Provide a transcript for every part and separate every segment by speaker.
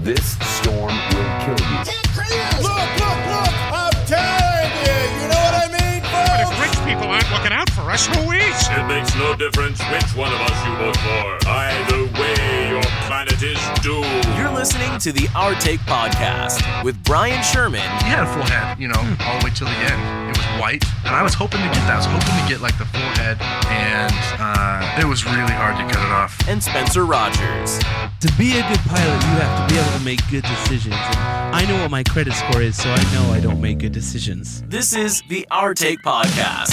Speaker 1: This storm will kill you.
Speaker 2: Look, look, look! I'm telling you! You know what I mean,
Speaker 3: But if
Speaker 2: folks?
Speaker 3: rich people aren't looking out for us, who is?
Speaker 4: It makes no difference which one of us you vote for. Either way, your planet is doomed.
Speaker 5: You're listening to the Our Take Podcast with Brian Sherman
Speaker 6: He had a full head, you know, all the way till the end. It was white, and I was hoping to get that. I was hoping to get like the full head, and uh, it was really hard to cut it off.
Speaker 5: and Spencer Rogers.
Speaker 7: To be a good pilot, you have to be able to make good decisions. And I know what my credit score is, so I know I don't make good decisions.
Speaker 5: This is the Our Take Podcast.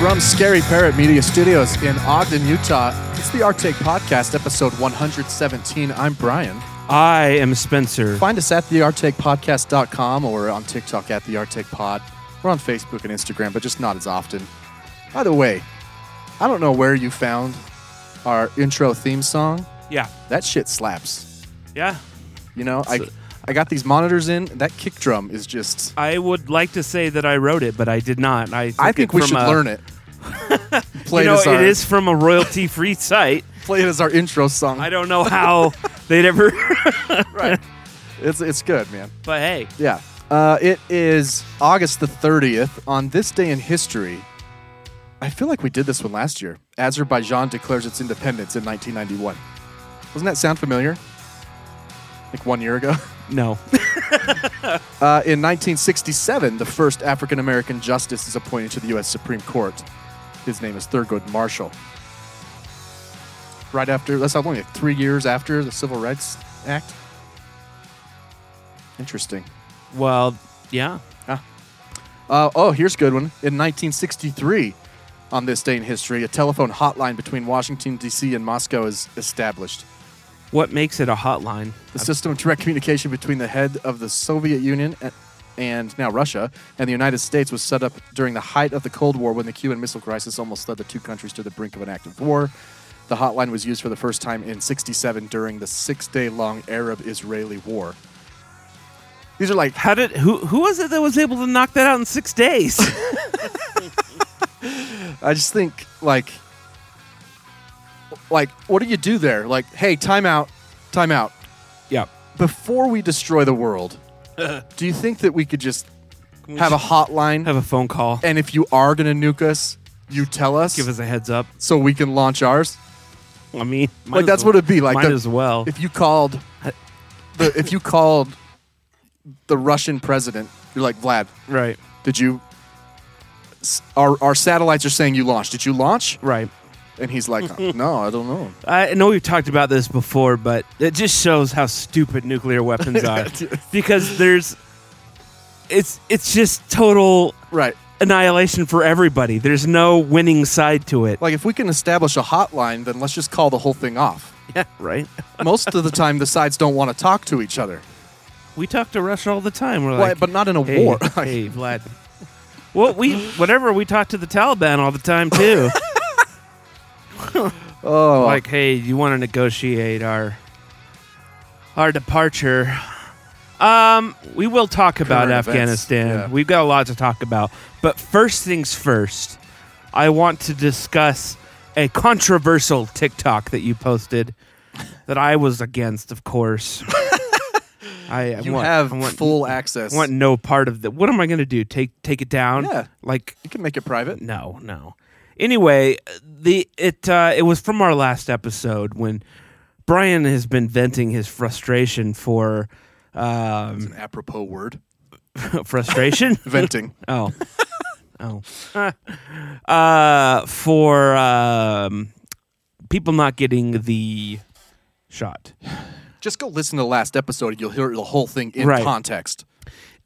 Speaker 8: From Scary Parrot Media Studios in Ogden, Utah, it's the Our Take Podcast, episode 117. I'm Brian.
Speaker 7: I am Spencer.
Speaker 8: Find us at theartakepodcast.com or on TikTok at theartakepod. We're on Facebook and Instagram, but just not as often. By the way, I don't know where you found our intro theme song.
Speaker 7: Yeah.
Speaker 8: That shit slaps.
Speaker 7: Yeah.
Speaker 8: You know, I, I got these monitors in. That kick drum is just.
Speaker 7: I would like to say that I wrote it, but I did not. I think,
Speaker 8: I think we should learn it. play
Speaker 7: uh, You know,
Speaker 8: it as our
Speaker 7: it is from a royalty-free site.
Speaker 8: play it as our intro song.
Speaker 7: I don't know how they'd ever.
Speaker 8: It's it's good, man.
Speaker 7: but hey,
Speaker 8: Yeah. Uh, it is August the 30th. On this day in history, I feel like we did this one last year. Azerbaijan declares its independence in 1991. Doesn't that sound familiar? Like one year ago?
Speaker 7: no.
Speaker 8: Uh, in 1967, the first African American justice is appointed to the U.S. Supreme Court. His name is Thurgood Marshall. Right after, that's how long, like three years after the Civil Rights Act? Interesting.
Speaker 7: Well, yeah.
Speaker 8: Uh, oh, here's a good one. In 1963, on this day in history, a telephone hotline between Washington, D.C. and Moscow is established.
Speaker 7: What makes it a hotline?
Speaker 8: The system of direct communication between the head of the Soviet Union a- and now Russia and the United States was set up during the height of the Cold War when the Cuban Missile Crisis almost led the two countries to the brink of an active war. The hotline was used for the first time in 67 during the six day long Arab Israeli war. These are like
Speaker 7: How did who who was it that was able to knock that out in six days?
Speaker 8: I just think like like what do you do there? Like, hey, time out, time out.
Speaker 7: yeah.
Speaker 8: Before we destroy the world, do you think that we could just have a hotline
Speaker 7: Have a phone call.
Speaker 8: and if you are gonna nuke us, you tell us,
Speaker 7: Give us a heads up.
Speaker 8: so we can launch ours?
Speaker 7: I mean, might
Speaker 8: Like
Speaker 7: as
Speaker 8: that's
Speaker 7: well-
Speaker 8: what it'd be. Like
Speaker 7: might
Speaker 8: the-
Speaker 7: as well.
Speaker 8: If you called the if you called the Russian president, you're like, Vlad,
Speaker 7: right,
Speaker 8: did you s- our, our satellites are saying you launched. Did you launch?
Speaker 7: right.
Speaker 8: And he's like, no, I don't know.
Speaker 7: I know we've talked about this before, but it just shows how stupid nuclear weapons are. because there's, it's it's just total
Speaker 8: Right.
Speaker 7: annihilation for everybody. There's no winning side to it.
Speaker 8: Like, if we can establish a hotline, then let's just call the whole thing off.
Speaker 7: right.
Speaker 8: Most of the time, the sides don't want to talk to each other,
Speaker 7: We talk to Russia all the time. We're
Speaker 8: Why-
Speaker 7: like,
Speaker 8: but not in a
Speaker 7: hey,
Speaker 8: war.
Speaker 7: hey, Vlad. Well, we whatever we talk to the Taliban all the time too.
Speaker 8: oh,
Speaker 7: like, hey, you want to negotiate our our departure? Um, we will talk about
Speaker 8: Current events,
Speaker 7: Afghanistan.
Speaker 8: yeah.
Speaker 7: We've got a lot to talk about. But first things first, I want to discuss a controversial TikTok that you posted that I was against, of course. I I
Speaker 8: you
Speaker 7: want,
Speaker 8: have
Speaker 7: I want,
Speaker 8: full access.
Speaker 7: I want no part of that. What am I going to do? Take take it down?
Speaker 8: Yeah.
Speaker 7: Like
Speaker 8: you can make it private.
Speaker 7: no, no. Anyway, the it uh, it was from our last episode when Brian has been venting his frustration for um,
Speaker 8: An apropos word.
Speaker 7: frustration.
Speaker 8: Venting.
Speaker 7: oh, oh, uh, for um, people not getting the shot.
Speaker 8: Just go listen to the last episode. and You'll hear the whole thing in
Speaker 7: Right.
Speaker 8: context.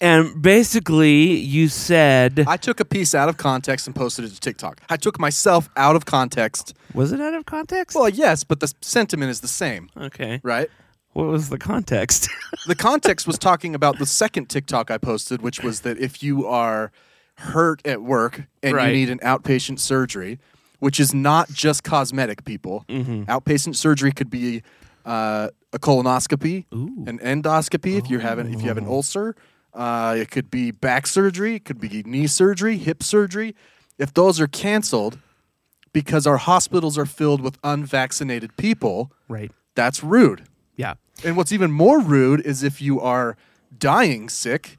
Speaker 7: And basically, you said
Speaker 8: I took a piece out of context and posted it to TikTok. I took myself out of context.
Speaker 7: was it out of context?
Speaker 8: Well, yes, but the s- sentiment is the same,
Speaker 7: okay.
Speaker 8: right?
Speaker 7: What was the context?
Speaker 8: the context was talking about the second TikTok I posted, which was that if you are hurt at work and
Speaker 7: Right.
Speaker 8: you need an outpatient surgery, which is not just cosmetic, people.
Speaker 7: Mm-hmm.
Speaker 8: Outpatient surgery could be uh, a colonoscopy, an endoscopy if you have an, if you have
Speaker 7: Oh.
Speaker 8: an ulcer. Uh, it could be back surgery, it could be knee surgery, hip surgery. If those are canceled because our hospitals are filled with unvaccinated people,
Speaker 7: right.
Speaker 8: That's rude.
Speaker 7: Yeah.
Speaker 8: And what's even more rude is if you are dying sick.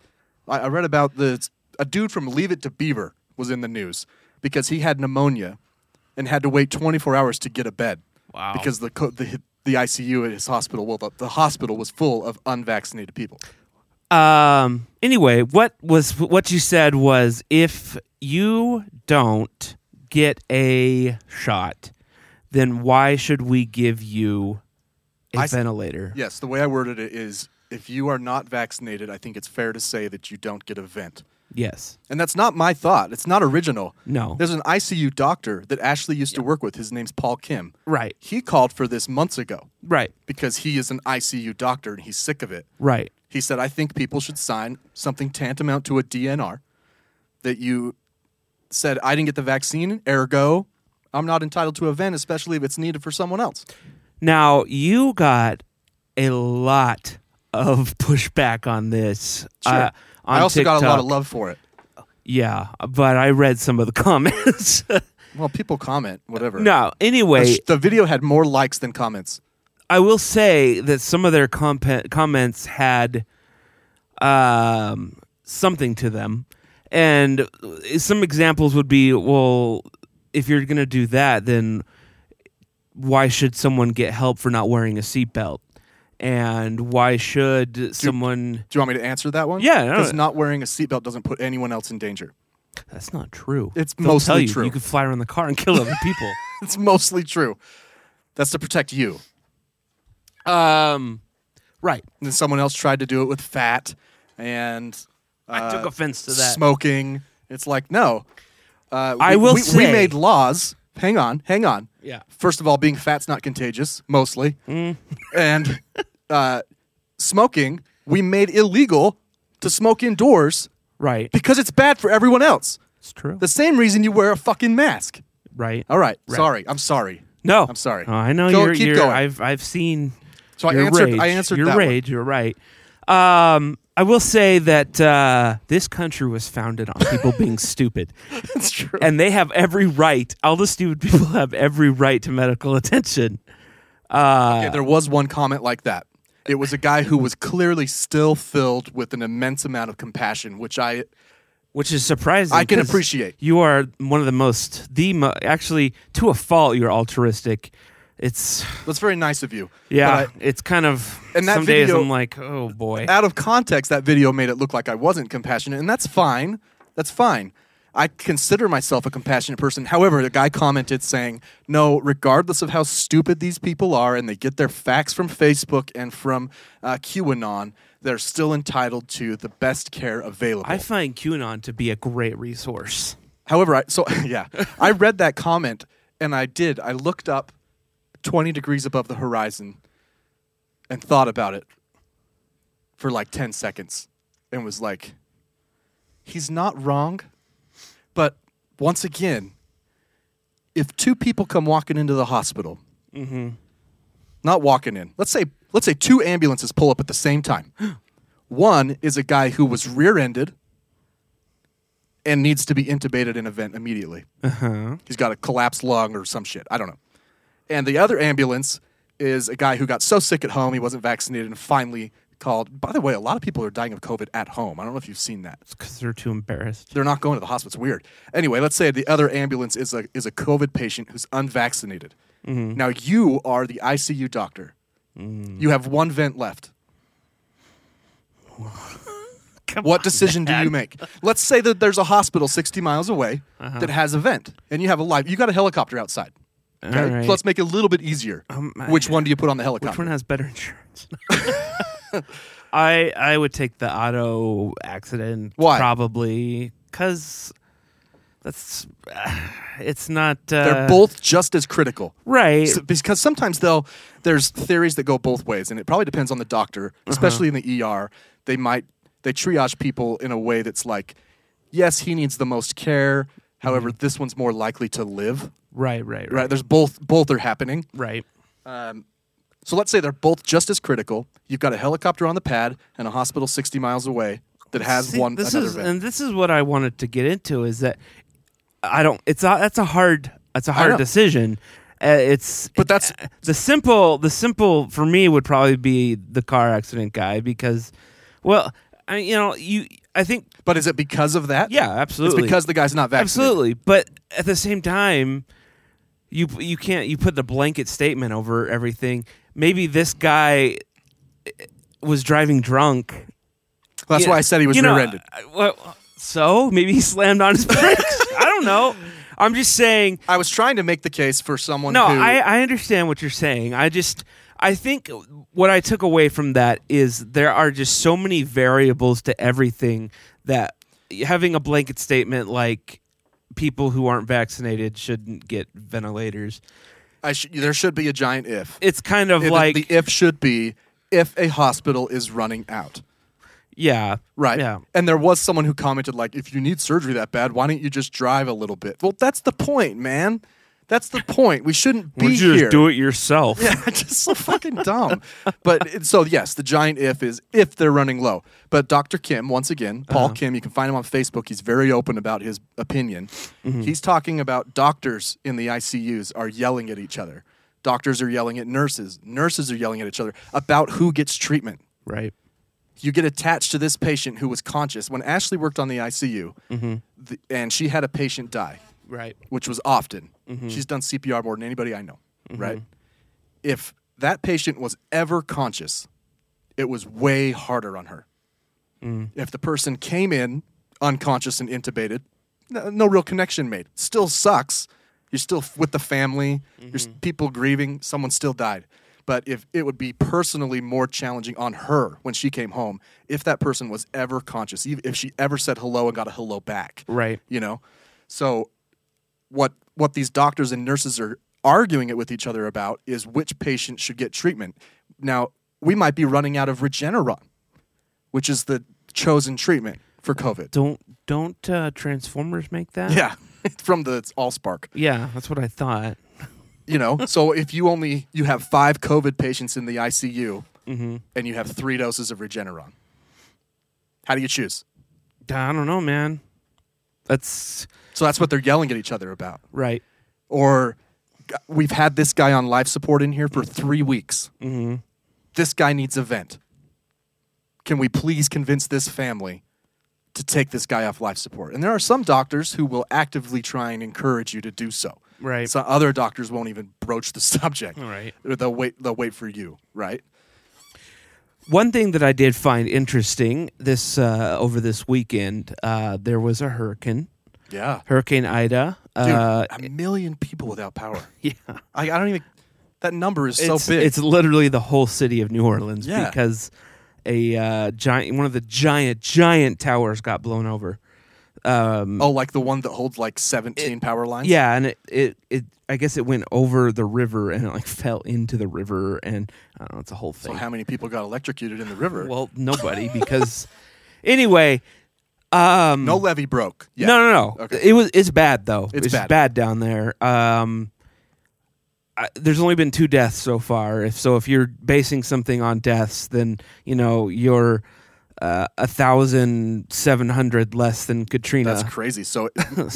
Speaker 8: I, I read about the a dude from Leave It to Beaver was in the news because he had pneumonia and had to wait 24 hours to get a bed.
Speaker 7: Wow.
Speaker 8: Because the co- the the ICU at his hospital, well, the, the hospital was full of unvaccinated people.
Speaker 7: Um. Anyway, what was what you said was if you don't get a shot, then why should we give you a
Speaker 8: I s-
Speaker 7: ventilator?
Speaker 8: Yes, the way I worded it is if you are not vaccinated, I think it's fair to say that you don't get a vent.
Speaker 7: Yes.
Speaker 8: And that's not my thought. It's not original.
Speaker 7: No.
Speaker 8: There's an ICU doctor that Ashley used to work with. His name's Paul Kim.
Speaker 7: Right.
Speaker 8: He called for this months ago
Speaker 7: Right.
Speaker 8: because he is an ICU doctor and he's sick of it.
Speaker 7: Right.
Speaker 8: He said, I think people should sign something tantamount to a DNR that you said, I didn't get the vaccine, ergo, I'm not entitled to a vent, especially if it's needed for someone else.
Speaker 7: Now you got a lot of pushback on this. uh, on
Speaker 8: I also got a lot of
Speaker 7: TikTok.
Speaker 8: love for it.
Speaker 7: Yeah, but I read some of the comments.
Speaker 8: Well, people comment, whatever.
Speaker 7: no,
Speaker 8: The
Speaker 7: anyway,
Speaker 8: sh- the video had more likes than comments.
Speaker 7: I will say that some of their compa- comments had um, something to them, and some examples would be, well, if you're going to do that, then why should someone get help for not wearing a seatbelt, and why should someone?
Speaker 8: Do you want me to answer that one?
Speaker 7: Yeah, no,
Speaker 8: Because
Speaker 7: no.
Speaker 8: not wearing a seatbelt doesn't put anyone else in danger.
Speaker 7: That's not true.
Speaker 8: It's
Speaker 7: They'll
Speaker 8: mostly
Speaker 7: tell you,
Speaker 8: true.
Speaker 7: You could fly around the car and kill other people.
Speaker 8: It's mostly true. That's to protect you.
Speaker 7: um, right.
Speaker 8: And then someone else tried to do it with fat and
Speaker 7: I
Speaker 8: Uh,
Speaker 7: took offense to that.
Speaker 8: smoking. It's like, no. Uh,
Speaker 7: I
Speaker 8: we-
Speaker 7: will
Speaker 8: we,
Speaker 7: say-
Speaker 8: we made laws. Hang on, hang on.
Speaker 7: Yeah. Mm.
Speaker 8: First of all, being fat's not contagious, mostly. And uh, smoking, we made illegal to smoke indoors
Speaker 7: Right.
Speaker 8: because it's bad for everyone else.
Speaker 7: It's true.
Speaker 8: The same reason you wear a fucking mask.
Speaker 7: right.
Speaker 8: All right.
Speaker 7: Right.
Speaker 8: Sorry. I'm sorry.
Speaker 7: No,
Speaker 8: I'm sorry.
Speaker 7: Oh, I know
Speaker 8: Go-
Speaker 7: you're.
Speaker 8: keep
Speaker 7: you're
Speaker 8: going.
Speaker 7: I've I've seen.
Speaker 8: So I
Speaker 7: your
Speaker 8: answered-
Speaker 7: Rage.
Speaker 8: I answered
Speaker 7: your
Speaker 8: that one.
Speaker 7: rage. You're right. Um, I will say that uh, this country was founded on people being stupid,
Speaker 8: That's true.
Speaker 7: and they have every right. All the stupid people have every right to medical attention.
Speaker 8: Okay, there was one comment like that. It was a guy who was clearly still filled with an immense amount of compassion, which I
Speaker 7: which is surprising.
Speaker 8: I can
Speaker 7: 'cause
Speaker 8: appreciate.
Speaker 7: You are one of the most, the mo- actually, to a fault, you're altruistic. It's
Speaker 8: that's very nice of you.
Speaker 7: yeah,
Speaker 8: But
Speaker 7: it's kind of.
Speaker 8: And that
Speaker 7: some days
Speaker 8: video-
Speaker 7: I'm like, oh boy,
Speaker 8: I- out of context, that video made it look like I wasn't compassionate, and that's fine. That's fine. I consider myself a compassionate person. However, the guy commented saying, "No, regardless of how stupid these people are, and they get their facts from Facebook and from uh, QAnon, they're still entitled to the best care available."
Speaker 7: I find QAnon to be a great resource.
Speaker 8: However, I so yeah, I read that comment and I did. I looked up 20 degrees above the horizon and thought about it for like 10 seconds and was like he's not wrong, but once again, if two people come walking into the hospital, not walking in. Let's say let's say two ambulances pull up at the same time. One is a guy who was rear-ended and needs to be intubated in a vent immediately. He's got a collapsed lung or some shit. I don't know. And the other ambulance is a guy who got so sick at home he wasn't vaccinated and finally called. By the way, a lot of people are dying of COVID at home. I don't know if you've seen that.
Speaker 7: because they're too embarrassed.
Speaker 8: They're not going to the hospital. It's weird. Anyway, let's say the other ambulance is a is a COVID patient who's unvaccinated.
Speaker 7: Mm-hmm.
Speaker 8: Now you are the ICU doctor.
Speaker 7: Mm.
Speaker 8: You have one vent left. what decision do you make? Let's say that there's a hospital 60 miles away
Speaker 7: Uh-huh.
Speaker 8: that has a vent, and you have a live. You got a helicopter outside. Okay,
Speaker 7: All right.
Speaker 8: so let's make it a little bit easier.
Speaker 7: I-
Speaker 8: which one do you put on the helicopter?
Speaker 7: Which one has better insurance? I I would take the auto accident.
Speaker 8: Why?
Speaker 7: Probably because that's it's not. Uh,
Speaker 8: They're both just as critical.
Speaker 7: right.
Speaker 8: So- because sometimes they'll there's theories that go both ways, and it probably depends on the doctor,
Speaker 7: Uh-huh.
Speaker 8: especially in the ER. They might they triage people in a way that's like, yes, he needs the most care. However, this one's more likely to live.
Speaker 7: right. Mm-hmm. Right.
Speaker 8: Right? There's both both are happening.
Speaker 7: Right.
Speaker 8: So let's say they're both just as critical. You've got a helicopter on the pad and a hospital 60 miles away that has
Speaker 7: See,
Speaker 8: one
Speaker 7: this
Speaker 8: another
Speaker 7: is,
Speaker 8: vent.
Speaker 7: and this is what I wanted to get into is that I don't. It's a, that's a hard. That's a hard
Speaker 8: know.
Speaker 7: decision, Uh, it's uh,
Speaker 8: But that's-
Speaker 7: the simple. The simple for me would probably be the car accident guy because, well, I mean, you know, you. I think
Speaker 8: But is it because of that?
Speaker 7: yeah, absolutely.
Speaker 8: It's because the guy's not vaccinated.
Speaker 7: absolutely, but at the same time, you you can't you put the blanket statement over everything. Maybe this guy eh, was driving drunk
Speaker 8: That's
Speaker 7: you
Speaker 8: why
Speaker 7: know-
Speaker 8: I said he was
Speaker 7: you know,
Speaker 8: rear-ended.
Speaker 7: I- well, so maybe he slammed on his brakes. I don't know. I'm just saying.
Speaker 8: I was trying to make the case for someone
Speaker 7: No,
Speaker 8: who
Speaker 7: I, I understand what you're saying. I just I think what I took away from that is there are just so many variables to everything that having a blanket statement like people who aren't vaccinated shouldn't get ventilators.
Speaker 8: I sh- there should be a giant if.
Speaker 7: It's kind of
Speaker 8: If-
Speaker 7: like
Speaker 8: the if should be if a hospital is running out.
Speaker 7: yeah,
Speaker 8: Right.
Speaker 7: Yeah.
Speaker 8: And there was someone who commented like, if you need surgery that bad, why don't you just drive a little bit? Well, that's the point, man. That's the point. We shouldn't be here.
Speaker 7: it yourself?
Speaker 8: Yeah, just so fucking dumb. But it, so yes, the giant if is if they're running low. But Dr. Kim, once again, Paul Kim, you can find him on Facebook. He's very open about his opinion. He's talking about doctors in the ICUs are yelling at each other. Doctors are yelling at nurses. Nurses are yelling at each other about who gets treatment
Speaker 7: Right.
Speaker 8: you get attached to this patient who was conscious. When Ashley worked on the ICU, th- and she had a patient die,
Speaker 7: Right.
Speaker 8: which was often. She's done CPR more than anybody I know, right? If that patient was ever conscious, it was way harder on her. If the person came in unconscious and intubated, no, no real connection made. Still sucks. You're still f- with the family. There's people grieving. Someone still died. But if it would be personally more challenging on her when she came home, if that person was ever conscious, ev- if she ever said hello and got a hello back,
Speaker 7: Right.
Speaker 8: you know so what what these doctors and nurses are arguing it with each other about is which patient should get treatment now we might be running out of regeneron which is the chosen treatment for covid
Speaker 7: Don't don't uh, Transformers make that?
Speaker 8: yeah from the allspark
Speaker 7: Yeah, that's what I thought.
Speaker 8: you know so if you only you have five covid patients in the icu and you have three doses of regeneron how do you choose
Speaker 7: I don't know, man. That's
Speaker 8: so that's what they're yelling at each other about
Speaker 7: right.
Speaker 8: or g- we've had this guy on life support in here for three weeks. Mm-hmm. This guy needs a vent. Can we please convince this family to take this guy off life support? And there are some doctors who will actively try and encourage you to do so.
Speaker 7: Right.
Speaker 8: So other doctors won't even broach the subject.
Speaker 7: Right.
Speaker 8: Or They'll wait. They'll wait for you. Right.
Speaker 7: One thing that I did find interesting this uh, over this weekend, uh, there was a hurricane,
Speaker 8: Yeah.
Speaker 7: Hurricane Ida.
Speaker 8: Dude,
Speaker 7: Uh,
Speaker 8: a million people without power.
Speaker 7: yeah,
Speaker 8: I, I don't even. That number is
Speaker 7: it's,
Speaker 8: so big.
Speaker 7: It's literally the whole city of New Orleans
Speaker 8: Yeah.
Speaker 7: because a uh, giant, one of the giant, giant towers got blown over.
Speaker 8: oh, like the one that holds like seventeen power lines.
Speaker 7: Yeah, and it, it, it, I guess it went over the river and it like fell into the river, and I don't know, it's a whole thing.
Speaker 8: So how many people got electrocuted in the river?
Speaker 7: well, nobody because anyway, um,
Speaker 8: No levee broke. yet.
Speaker 7: No, no, no.
Speaker 8: Okay.
Speaker 7: It was. It's bad though.
Speaker 8: It's bad.
Speaker 7: down there. Um, I, there's only been two deaths so far. If so, if you're basing something on deaths, then you know you're uh, a thousand seven hundred less than Katrina.
Speaker 8: That's crazy. So,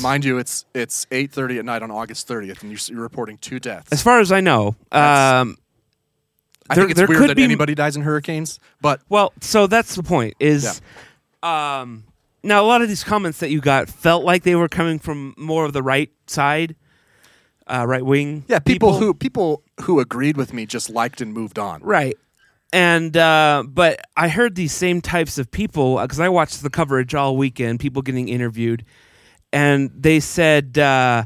Speaker 8: mind you, it's it's eight thirty at night on August thirtieth, and you're, s- you're reporting two deaths.
Speaker 7: as far as I know.
Speaker 8: That's-
Speaker 7: Um,
Speaker 8: I
Speaker 7: there-
Speaker 8: think it's
Speaker 7: there
Speaker 8: weird
Speaker 7: could
Speaker 8: that
Speaker 7: be-
Speaker 8: anybody dies in hurricanes, but
Speaker 7: Well, so that's the point. Is um, now a lot of these comments that you got felt like they were coming from more of the right side, uh, right wing.
Speaker 8: yeah, people, who people who agreed with me just liked and moved on.
Speaker 7: right, and uh, but I heard these same types of people because I watched the coverage all weekend. People getting interviewed, and they said. Uh,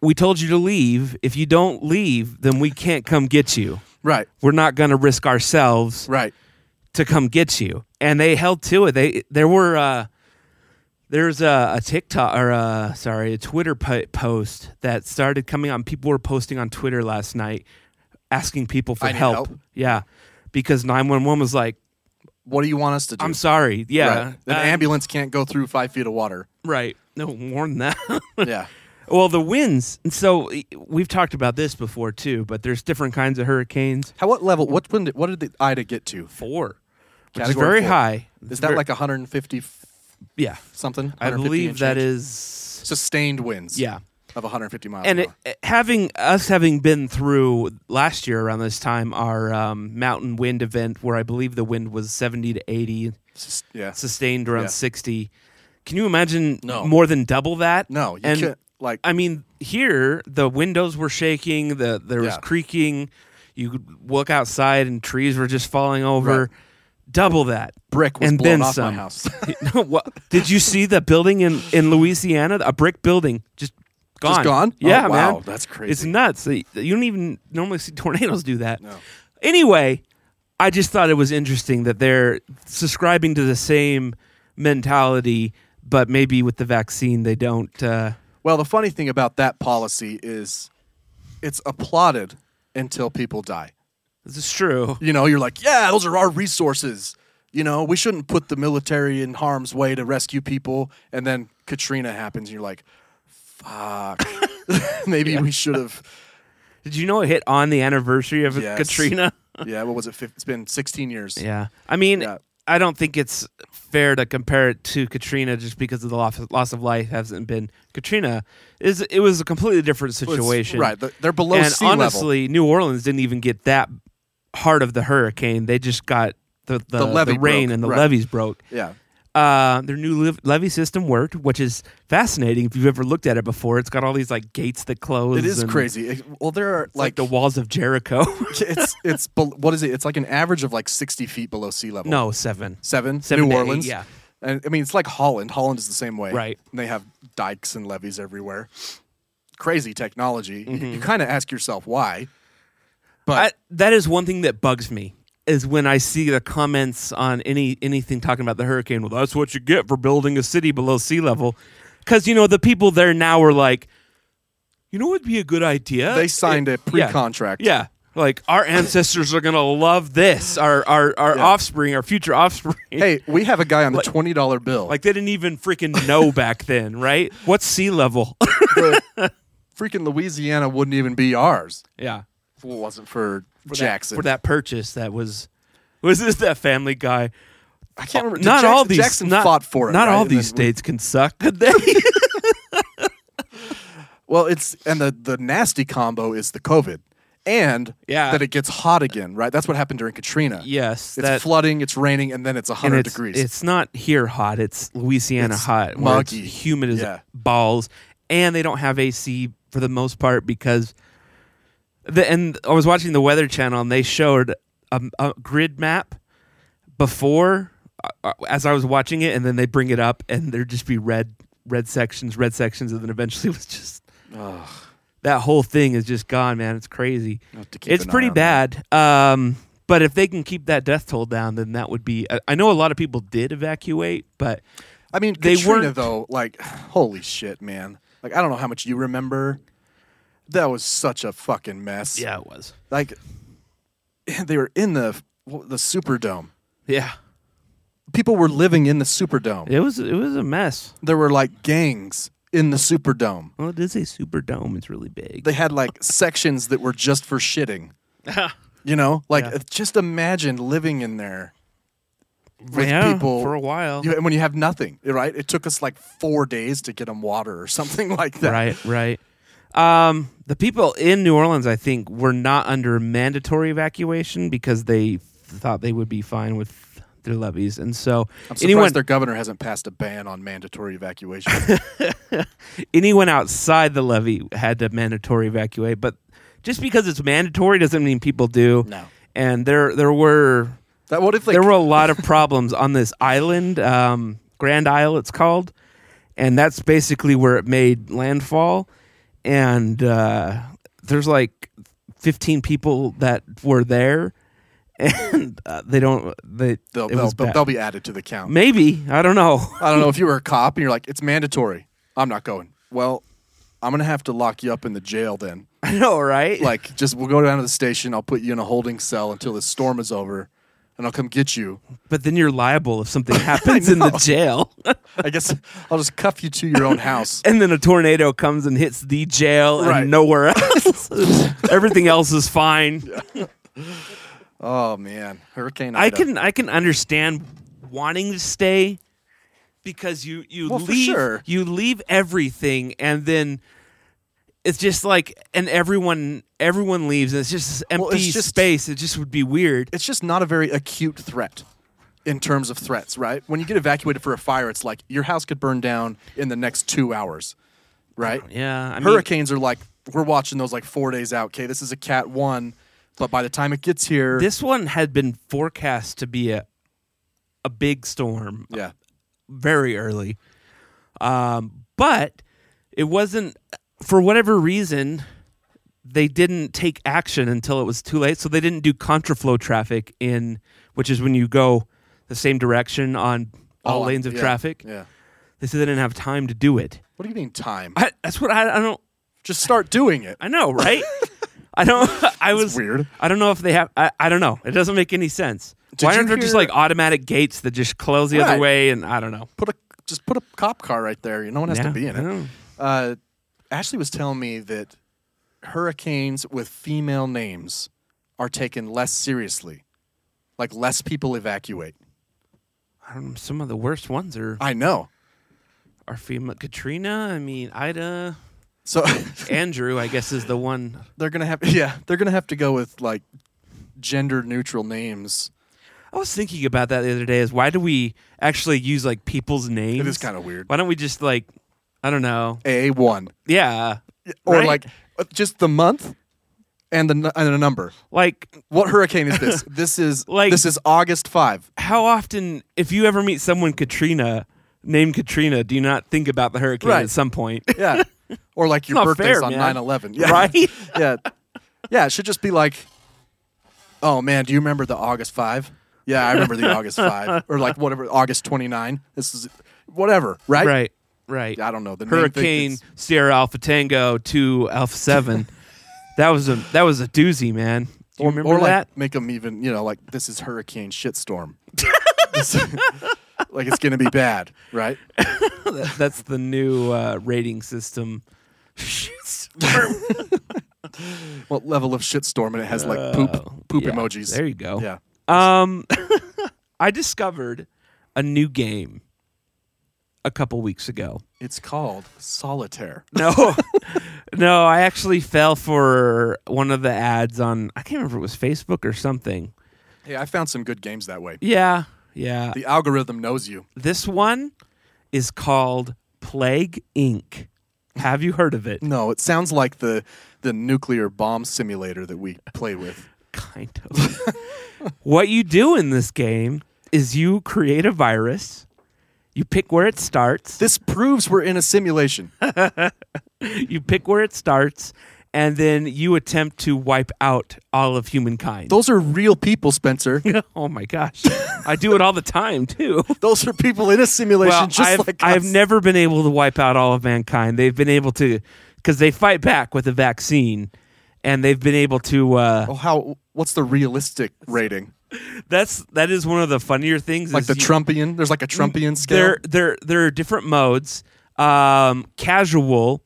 Speaker 7: we told you to leave. If you don't leave, then we can't come get you.
Speaker 8: Right,
Speaker 7: We're not going to risk ourselves
Speaker 8: right.
Speaker 7: to come get you, and they held to it. They there were uh, there's a, a TikTok or uh sorry a Twitter po- post that started coming on. People were posting on Twitter last night asking people for
Speaker 8: I need
Speaker 7: help.
Speaker 8: help.
Speaker 7: Yeah, because nine one one was like,
Speaker 8: What do you want us to do?
Speaker 7: "I'm sorry." Yeah,
Speaker 8: Right. An
Speaker 7: Uh,
Speaker 8: ambulance can't go through five feet of water.
Speaker 7: Right. No, more than that.
Speaker 8: Yeah,
Speaker 7: well, the winds. And so e- we've talked about this before too, but there's different kinds of hurricanes.
Speaker 8: how what level? What when did, what did the Ida get to?
Speaker 7: Four. Which is
Speaker 8: Category
Speaker 7: very
Speaker 8: four.
Speaker 7: high.
Speaker 8: Is that
Speaker 7: Ver-
Speaker 8: like 150 f-
Speaker 7: yeah?
Speaker 8: something?
Speaker 7: I
Speaker 8: 150 and
Speaker 7: believe that
Speaker 8: change?
Speaker 7: is
Speaker 8: sustained winds.
Speaker 7: Yeah.
Speaker 8: of 150 miles
Speaker 7: and
Speaker 8: an
Speaker 7: it,
Speaker 8: hour.
Speaker 7: it- having us having been through last year around this time our um, mountain wind event where I believe the wind was seventy to eighty,
Speaker 8: S- yeah.
Speaker 7: sustained around
Speaker 8: Yeah.
Speaker 7: sixty. Can you imagine
Speaker 8: No.
Speaker 7: more than double that?
Speaker 8: No, you
Speaker 7: and
Speaker 8: can't, like-
Speaker 7: I mean, here the windows were shaking, the there was
Speaker 8: Yeah.
Speaker 7: creaking. You could look outside and trees were just falling over.
Speaker 8: Right.
Speaker 7: Double that
Speaker 8: Brick was
Speaker 7: and
Speaker 8: blown
Speaker 7: then
Speaker 8: off my
Speaker 7: some.
Speaker 8: house.
Speaker 7: No, what- Did you see the building in, in Louisiana? A brick building just gone.
Speaker 8: gone? Oh,
Speaker 7: Yeah,
Speaker 8: wow,
Speaker 7: man. It's
Speaker 8: that's crazy.
Speaker 7: nuts. You don't even normally see tornadoes do that. Anyway, I just thought it was interesting that they're subscribing to the same mentality, but maybe with the vaccine they don't. Uh,
Speaker 8: Well, the funny thing about that policy is it's applauded until people die.
Speaker 7: this is true.
Speaker 8: You know, you're like, yeah, those are our resources. You know, we shouldn't put the military in harm's way to rescue people. And then Katrina happens, and you're like, fuck. Maybe we should have.
Speaker 7: Did you know it hit on the anniversary of
Speaker 8: Yes.
Speaker 7: Katrina?
Speaker 8: Yeah, what was it? Fif- It's been 16 years.
Speaker 7: Yeah. I mean,
Speaker 8: Yeah.
Speaker 7: I don't think it's fair to compare it to Katrina just because of the loss, loss of life hasn't been Katrina is it was a completely different
Speaker 8: Well, it's-
Speaker 7: situation.
Speaker 8: Right. They're- They're below
Speaker 7: and
Speaker 8: sea level.
Speaker 7: honestly, New Orleans didn't even get that hard of the hurricane. They just got the the,
Speaker 8: The levee
Speaker 7: rain
Speaker 8: broke,
Speaker 7: and the
Speaker 8: right.
Speaker 7: levees broke.
Speaker 8: Yeah.
Speaker 7: Uh, their new lev- levee system worked, which is fascinating if you've ever looked at it before. It's got all these like gates that close.
Speaker 8: It is
Speaker 7: and
Speaker 8: crazy. It- well, there are
Speaker 7: it's Like,
Speaker 8: like,
Speaker 7: the walls of Jericho.
Speaker 8: it's it's bel what is it? It's like an average of like 60 feet below sea level.
Speaker 7: no, seven.
Speaker 8: seven,
Speaker 7: Seven
Speaker 8: New
Speaker 7: to eight,
Speaker 8: Orleans.
Speaker 7: yeah.
Speaker 8: and I mean it's like Holland. Holland is the same way,
Speaker 7: Right.
Speaker 8: And they have dikes and levees everywhere. Crazy technology. You-
Speaker 7: Mm-hmm.
Speaker 8: You kind of ask yourself why.
Speaker 7: I,
Speaker 8: But
Speaker 7: that is one thing that bugs me is when I see the comments on any anything talking about the hurricane. Well, that's what you get for building a city below sea level, because you know the people there now are like, you know, what would be a good idea.
Speaker 8: they signed a
Speaker 7: It- yeah.
Speaker 8: pre-contract.
Speaker 7: Yeah. Like our ancestors are gonna love this. Our our, our
Speaker 8: Yeah.
Speaker 7: offspring, our future offspring.
Speaker 8: Hey, we have a guy on the
Speaker 7: Like-
Speaker 8: twenty dollar bill.
Speaker 7: Like they didn't even freaking know back then, right? What's sea level?
Speaker 8: freaking Louisiana wouldn't even be ours
Speaker 7: yeah.
Speaker 8: if it wasn't for, Jackson.
Speaker 7: For that purchase that was was this that family guy?
Speaker 8: I can't remember.
Speaker 7: not
Speaker 8: Jackson,
Speaker 7: all these
Speaker 8: Jackson
Speaker 7: not,
Speaker 8: fought for it.
Speaker 7: Not
Speaker 8: right?
Speaker 7: all
Speaker 8: And then
Speaker 7: these
Speaker 8: we-
Speaker 7: states can suck, could they?
Speaker 8: Well, it's and the the nasty combo is the COVID, and
Speaker 7: Yeah.
Speaker 8: that it gets hot again, right? That's what happened during Katrina.
Speaker 7: yes,
Speaker 8: it's
Speaker 7: that
Speaker 8: flooding, it's raining, and then it's
Speaker 7: and
Speaker 8: hundred
Speaker 7: it's,
Speaker 8: degrees.
Speaker 7: It's not here hot. It's Louisiana
Speaker 8: It's
Speaker 7: hot. where it's
Speaker 8: muggy.
Speaker 7: humid as
Speaker 8: Yeah.
Speaker 7: balls, and they don't have AC for the most part because. The, and I was watching the Weather Channel, and they showed a, a grid map before uh, as I was watching it, and then they bring it up, and there'd just be red red sections, red sections, and then eventually it was just that whole thing is just gone, man. It's crazy.
Speaker 8: have to keep
Speaker 7: It's
Speaker 8: an eye
Speaker 7: pretty
Speaker 8: on that.
Speaker 7: bad. Um, but if they can keep that death toll down, then that would be. I, I know a lot of people did evacuate, but
Speaker 8: I mean,
Speaker 7: They
Speaker 8: Katrina
Speaker 7: weren't-
Speaker 8: though, like, holy shit, man! Like, I don't know how much you remember. That was such a fucking mess.
Speaker 7: it was.
Speaker 8: like they were in the the Superdome.
Speaker 7: Yeah,
Speaker 8: People were living in the Superdome.
Speaker 7: it was. It was a mess.
Speaker 8: There were like gangs in the Superdome.
Speaker 7: Well, it is a super dome. It's really big.
Speaker 8: They had like sections that were just for shitting. you know, like
Speaker 7: Yeah.
Speaker 8: just imagine living in there with
Speaker 7: Yeah,
Speaker 8: people
Speaker 7: for a while.
Speaker 8: You- and when you have nothing, right? It took us like four days to get them water or something like that.
Speaker 7: Right, right. Um, the people in New Orleans, I think, were not under mandatory evacuation because they thought they would be fine with their levies, and so
Speaker 8: I'm surprised
Speaker 7: anyone
Speaker 8: their governor hasn't passed a ban on mandatory evacuation.
Speaker 7: anyone outside the levee had to mandatory evacuate. But just because it's mandatory doesn't mean people do.
Speaker 8: No.
Speaker 7: And there there were
Speaker 8: that what if they
Speaker 7: there were a lot of problems on this island, um, Grand Isle, it's called, and that's basically where it made landfall. And uh, there's like 15 people that were there, and uh, they don't. They
Speaker 8: they'll,
Speaker 7: it
Speaker 8: they'll,
Speaker 7: was
Speaker 8: they'll,
Speaker 7: bad.
Speaker 8: they'll be added to the count?
Speaker 7: maybe I don't know.
Speaker 8: I don't know if you were a cop and you're like, it's mandatory. I'm not going. Well, I'm gonna have to lock you up in the jail then.
Speaker 7: I know, right?
Speaker 8: Like, just we'll go down to the station. I'll put you in a holding cell until the storm is over, and I'll come get you.
Speaker 7: but then you're liable if something happens in the jail.
Speaker 8: I guess I'll just cuff you to your own house.
Speaker 7: and then a tornado comes and hits the jail
Speaker 8: Right.
Speaker 7: and nowhere else. Everything else is fine.
Speaker 8: Oh man, Hurricane Ida.
Speaker 7: I can I can understand wanting to stay because you you
Speaker 8: Well, for
Speaker 7: leave
Speaker 8: sure.
Speaker 7: you leave everything and then it's just like and everyone everyone leaves and it's just this empty
Speaker 8: Well, it's just-
Speaker 7: space. It just would be weird.
Speaker 8: it's just not a very acute threat in terms of threats, right? When you get evacuated for a fire, it's like your house could burn down in the next two hours, right?
Speaker 7: Yeah, I mean-
Speaker 8: Hurricanes are like we're watching those like four days out. Okay, this is a Cat One, but by the time it gets here,
Speaker 7: This one had been forecast to be a a big storm
Speaker 8: yeah,
Speaker 7: very early. Um, but it wasn't for whatever reason they didn't take action until it was too late. So they didn't do contraflow traffic in which is when you go the same direction on all
Speaker 8: Oh,
Speaker 7: lanes of
Speaker 8: yeah,
Speaker 7: traffic.
Speaker 8: Yeah.
Speaker 7: They said they didn't have time to do it.
Speaker 8: What do you mean time?
Speaker 7: I, that's what I, I don't
Speaker 8: Just start doing it.
Speaker 7: I know, right? I don't. I was
Speaker 8: weird.
Speaker 7: I don't know if they have. I, I don't know. It doesn't make any sense.
Speaker 8: Did
Speaker 7: Why
Speaker 8: you
Speaker 7: aren't there just
Speaker 8: hear-
Speaker 7: like automatic gates that just close the
Speaker 8: Right.
Speaker 7: other way? And I don't know.
Speaker 8: Put a just put a cop car right there. No one has
Speaker 7: Yeah,
Speaker 8: to be in
Speaker 7: I
Speaker 8: it.
Speaker 7: know.
Speaker 8: Uh, Ashley was telling me that hurricanes with female names are taken less seriously. Like less people evacuate.
Speaker 7: I don't know. Some of the worst ones are
Speaker 8: I know.
Speaker 7: are female. Katrina. I mean, Ida.
Speaker 8: So
Speaker 7: Andrew, I guess, is the one.
Speaker 8: they're gonna have yeah, they're gonna have to go with like gender neutral names.
Speaker 7: I was thinking about that the other day. Is why do we actually use like people's names?
Speaker 8: is kinda weird.
Speaker 7: Why don't we just like, I don't know.
Speaker 8: A one.
Speaker 7: Yeah.
Speaker 8: Or
Speaker 7: Right?
Speaker 8: like uh, just the month and the nu- and the number.
Speaker 7: like
Speaker 8: What hurricane is this? this is
Speaker 7: Like-
Speaker 8: this is August five.
Speaker 7: how often, if you ever meet someone Katrina named Katrina, do you not think about the hurricane
Speaker 8: Right.
Speaker 7: at some point?
Speaker 8: Yeah. Or like your
Speaker 7: not
Speaker 8: birthday's
Speaker 7: fair,
Speaker 8: on
Speaker 7: man.
Speaker 8: 9 11. Yeah.
Speaker 7: Right?
Speaker 8: yeah. Yeah. It should just be like, oh man, do you remember the August 5? Yeah, I remember the August 5. Or like whatever, August 29. This is whatever, right?
Speaker 7: right, right.
Speaker 8: I don't know. The name thing
Speaker 7: Hurricane
Speaker 8: is-
Speaker 7: Sierra Alpha Tango to Alpha Seven. that was a that was a doozy, man. Do you
Speaker 8: Or,
Speaker 7: remember
Speaker 8: or like
Speaker 7: that?
Speaker 8: make them even, you know, like this is Hurricane Shitstorm. This- like it's going to be bad, right?
Speaker 7: That's the new uh, rating system.
Speaker 8: What level of shitstorm? And it has like poop, poop
Speaker 7: Oh, Yeah,
Speaker 8: emojis.
Speaker 7: There you go.
Speaker 8: Yeah.
Speaker 7: Um, I discovered a new game a couple weeks ago.
Speaker 8: It's called Solitaire.
Speaker 7: No, no, I actually fell for one of the ads on I can't remember if it was Facebook or something.
Speaker 8: Hey, I found some good games that way.
Speaker 7: Yeah, yeah.
Speaker 8: The algorithm knows you.
Speaker 7: This one is called Plague Inc. Have you heard of it?
Speaker 8: No, it sounds like the the nuclear bomb simulator that we play with.
Speaker 7: Kind of. what you do in this game is you create a virus. You pick where it starts.
Speaker 8: This proves we're in a simulation.
Speaker 7: You pick where it starts, and then you attempt to wipe out all of humankind.
Speaker 8: Those are real people, Spencer.
Speaker 7: oh my gosh! I do it all the time too.
Speaker 8: Those are people in a simulation
Speaker 7: Well,
Speaker 8: just
Speaker 7: I've,
Speaker 8: like
Speaker 7: I've
Speaker 8: us.
Speaker 7: never been able to wipe out all of mankind. They've been able to, because they fight back with a vaccine, and they've been able to. Uh,
Speaker 8: Oh, how what's the realistic rating?
Speaker 7: That's that is one of the funnier things.
Speaker 8: Like
Speaker 7: is
Speaker 8: the
Speaker 7: you-
Speaker 8: Trumpian? There's like a Trumpian scale.
Speaker 7: There, there, there are different modes. Um, casual.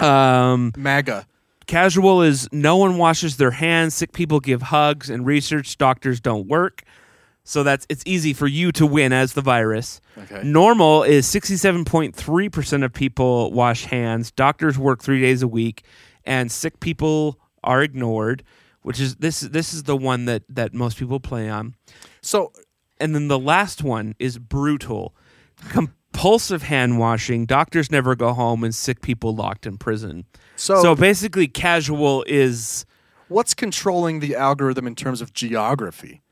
Speaker 7: Um,
Speaker 8: MAGA.
Speaker 7: casual is no one washes their hands. Sick people give hugs, and research doctors don't work. So that's it's easy for you to win as the virus.
Speaker 8: Okay.
Speaker 7: Normal is sixty-seven point three percent of people wash hands. Doctors work three days a week, and sick people are ignored. Which is this? This is the one that that most people play on.
Speaker 8: So
Speaker 7: And then the last one is brutal. Compulsive hand washing, doctors never go home, and sick people locked in prison.
Speaker 8: So-
Speaker 7: so basically, casual is
Speaker 8: what's controlling the algorithm in terms of geography?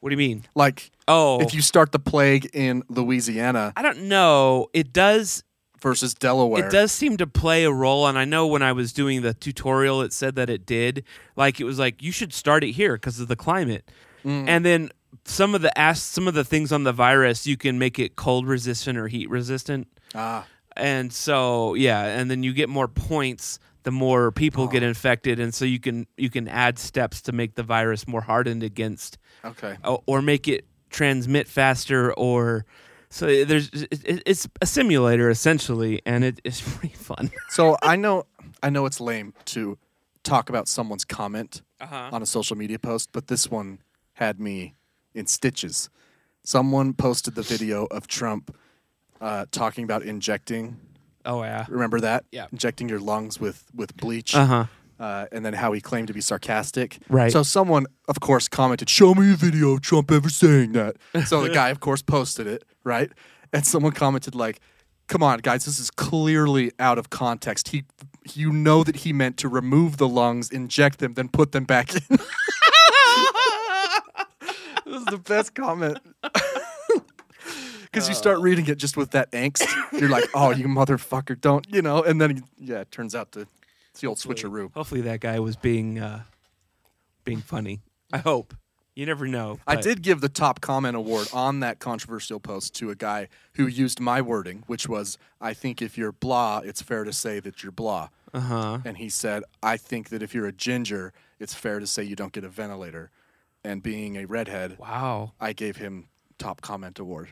Speaker 7: what do you mean?
Speaker 8: Like
Speaker 7: Oh.
Speaker 8: if you start the plague in Louisiana
Speaker 7: I don't know. It does
Speaker 8: versus Delaware.
Speaker 7: it does seem to play a role and I know when I was doing the tutorial it said that it did. Like it was like you should start it here because of the climate. And then some of the as- some of the things on the virus you can make it cold resistant or heat resistant.
Speaker 8: Ah.
Speaker 7: And so yeah, and then you get more points the more people get infected and so you can you can add steps to make the virus more hardened against
Speaker 8: Okay.
Speaker 7: o- or make it transmit faster or so there's it- it- it's a simulator essentially and it, it's pretty fun
Speaker 8: So I know I know it's lame to talk about someone's comment on a social media post, but this one had me in stitches. Someone posted the video of Trump uh, talking about injecting
Speaker 7: Oh yeah.
Speaker 8: Remember that?
Speaker 7: Yeah.
Speaker 8: Injecting your lungs with with bleach.
Speaker 7: Uh huh.
Speaker 8: Uh, and then how he claimed to be sarcastic.
Speaker 7: Right.
Speaker 8: So someone, of course, commented, "Show me a video of Trump ever saying that." So the guy, of course, posted it. Right. And someone commented like, "Come on, guys, this is clearly out of context. He, you know that he meant to remove the lungs, inject them, then put them back in." this is the best comment.
Speaker 7: Oh.
Speaker 8: Because you start reading it just with that angst. You're like, oh, you motherfucker, don't, you know? And then, yeah, it turns out to, it's the old switcheroo.
Speaker 7: Hopefully that guy was being uh, being funny. I hope. You never know.
Speaker 8: I
Speaker 7: but-
Speaker 8: did give the top comment award on that controversial post to a guy who used my wording, which was, I think if you're blah, it's fair to say that you're blah. Uh-huh. And he said, I think that if you're a ginger, it's fair to say you don't get a ventilator. And being a redhead,
Speaker 7: Wow.
Speaker 8: I gave him top comment award.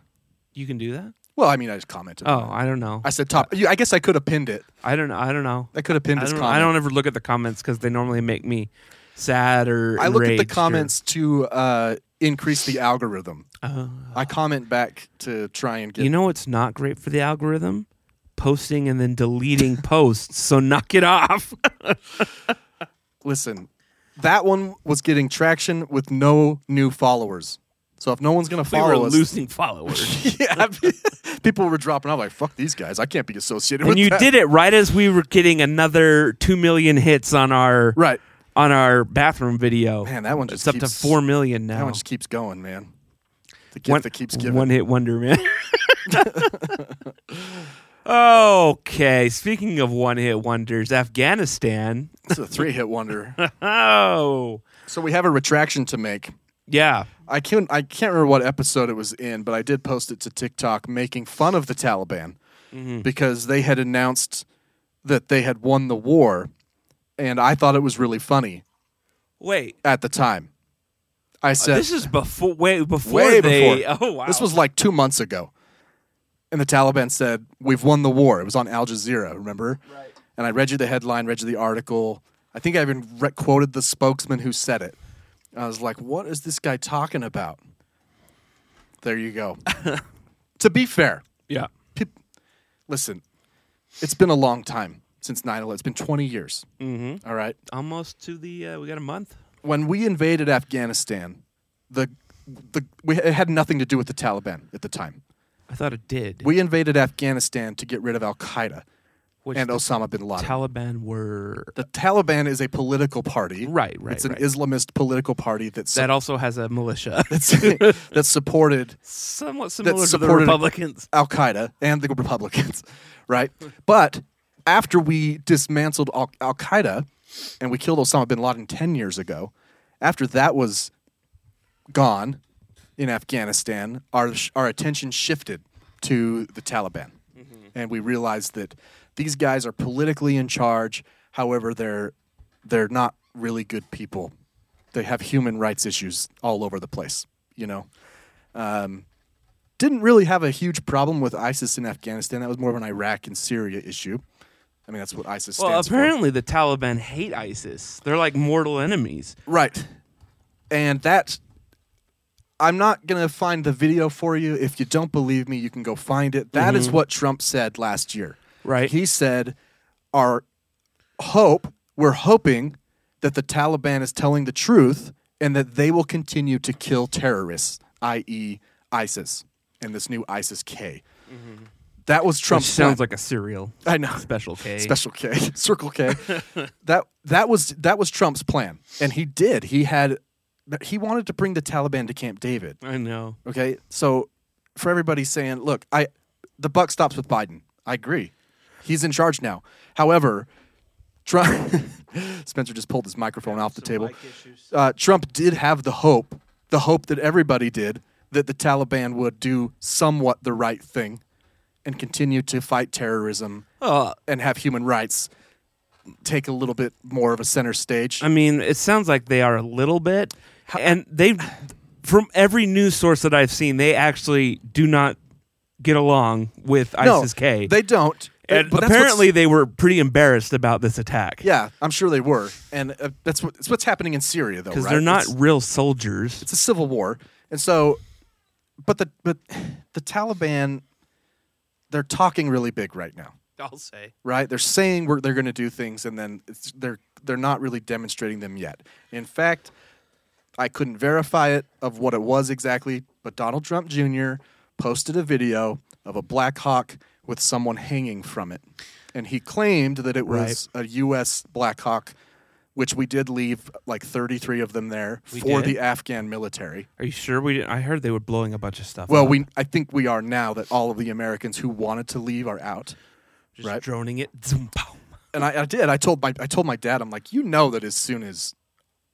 Speaker 7: You can do that?
Speaker 8: Well, I mean, I just commented.
Speaker 7: Oh, I don't know.
Speaker 8: I said top. you- I guess I could have pinned it.
Speaker 7: I don't. I don't know.
Speaker 8: I could have pinned
Speaker 7: I
Speaker 8: his
Speaker 7: don't,
Speaker 8: comment.
Speaker 7: I don't ever look at the comments because they normally make me sad or.
Speaker 8: I look at the
Speaker 7: enraged or-
Speaker 8: comments to uh, increase the algorithm. I comment back to try and get.
Speaker 7: Oh. You know what's not great for the algorithm? Posting and then deleting posts. So knock it off.
Speaker 8: listen, that one was getting traction with no new followers. So if no one's gonna
Speaker 7: we
Speaker 8: follow
Speaker 7: were
Speaker 8: us,
Speaker 7: losing followers,
Speaker 8: yeah, I mean, people were dropping off. Like fuck these guys, I can't be associated with.
Speaker 7: and you
Speaker 8: that.
Speaker 7: did it right as we were getting another two million hits on our
Speaker 8: right.
Speaker 7: on our bathroom video.
Speaker 8: Man, that one
Speaker 7: it's
Speaker 8: just
Speaker 7: up
Speaker 8: keeps-
Speaker 7: to four million now.
Speaker 8: That one just keeps going, man. The gift
Speaker 7: one,
Speaker 8: that keeps giving.
Speaker 7: One hit wonder, man. okay. Speaking of one hit wonders, Afghanistan.
Speaker 8: It's a three-hit wonder.
Speaker 7: Oh,
Speaker 8: so we have a retraction to make.
Speaker 7: yeah.
Speaker 8: I can't I can't remember what episode it was in, but I did post it to TikTok making fun of the Taliban
Speaker 7: Mm-hmm.
Speaker 8: because they had announced that they had won the war, and I thought it was really funny
Speaker 7: Wait,
Speaker 8: at the time. I said
Speaker 7: Uh, this is before way before
Speaker 8: way
Speaker 7: they.
Speaker 8: before.
Speaker 7: Oh wow,
Speaker 8: This was like two months ago, and the Taliban said we've won the war. It was on Al Jazeera, remember? Right. And I read you the headline, read you the article. I think I even re- quoted the spokesman who said it. I was like, what is this guy talking about? There you go. to be fair,
Speaker 7: yeah.
Speaker 8: peop listen, it's been a long time since 9 11. It's been 20 years. Mm-hmm. right.
Speaker 7: Almost to the. Uh, we got a month.
Speaker 8: When we invaded Afghanistan, the, the, we, it had nothing to do with the Taliban at the time.
Speaker 7: I thought it did.
Speaker 8: We invaded Afghanistan to get rid of Al Qaeda
Speaker 7: Which
Speaker 8: and
Speaker 7: the
Speaker 8: Osama bin Laden.
Speaker 7: Taliban were
Speaker 8: the Taliban is a political party.
Speaker 7: Right, right,
Speaker 8: It's an
Speaker 7: right.
Speaker 8: Islamist political party that's
Speaker 7: that also has a militia,
Speaker 8: that's supported
Speaker 7: somewhat similar to the
Speaker 8: supported-
Speaker 7: Republicans.
Speaker 8: Al Qaeda and the Republicans, right? But after we dismantled Al Qaeda and we killed Osama bin Laden 10 years ago, after that was gone in Afghanistan, our, our attention shifted to the Taliban.
Speaker 7: Mm-hmm.
Speaker 8: And we realized that these guys are politically in charge. However, they're, they're not really good people. They have human rights issues all over the place, you know? Um, didn't really have a huge problem with ISIS in Afghanistan. That was more of an Iraq and Syria issue. I mean, that's what ISIS stands
Speaker 7: Well,
Speaker 8: for.
Speaker 7: apparently the Taliban hate ISIS. They're like mortal enemies.
Speaker 8: Right. And that I'm not going to find the video for you. If you don't believe me, you can go find it. That is what Trump said last year.
Speaker 7: Mm-hmm. Right.
Speaker 8: He said our hope, we're hoping that the Taliban is telling the truth and that they will continue to kill terrorists, i.e. ISIS and this new ISIS K. That was
Speaker 7: Mm-hmm. Which
Speaker 8: Trump's
Speaker 7: sounds
Speaker 8: plan.
Speaker 7: like a cereal.
Speaker 8: I know.
Speaker 7: Special K.
Speaker 8: Special K, Circle K. that that was that was Trump's plan, and he did. He had he wanted to bring the Taliban to Camp David.
Speaker 7: I know.
Speaker 8: Okay, so for everybody saying, look, I the buck stops with Biden. I agree, he's in charge now. However, Trump Spencer just pulled his microphone off the table. Uh, Trump did have the hope, the hope that everybody did that the Taliban would do somewhat the right thing and continue to fight terrorism
Speaker 7: Oh,
Speaker 8: and have human rights take a little bit more of a center stage.
Speaker 7: I mean, it sounds like they are a little bit, and they, from every news source that I've seen, they actually do not get along with
Speaker 8: no,
Speaker 7: ISIS K.
Speaker 8: they don't.
Speaker 7: and
Speaker 8: But that's what's-
Speaker 7: apparently they were pretty embarrassed about this attack.
Speaker 8: yeah, I'm sure they were, and uh, that's what that's what's happening in Syria, though,
Speaker 7: because
Speaker 8: right?
Speaker 7: they're not
Speaker 8: It's,
Speaker 7: real soldiers.
Speaker 8: it's a civil war, and so, but the but the Taliban, they're talking really big right now.
Speaker 9: I'll say.
Speaker 8: right? They're saying we're, they're going to do things, and then it's, they're they're not really demonstrating them yet. In fact, I couldn't verify it of what it was exactly, but Donald Trump Jr. posted a video of a Black Hawk with someone hanging from it, and he claimed that it was a U.S. Black Hawk. Which we did leave like 33 of them there
Speaker 7: We
Speaker 8: for
Speaker 7: did?
Speaker 8: the Afghan military.
Speaker 7: Are you sure we didn't? I heard they were blowing a bunch of stuff.
Speaker 8: Well,
Speaker 7: up.
Speaker 8: we I think we are now that all of the Americans who wanted to leave are out.
Speaker 7: just
Speaker 8: right.
Speaker 7: droning it. Zoom, pow.
Speaker 8: and I, I did. I told my I told my dad, I'm like, you know that as soon as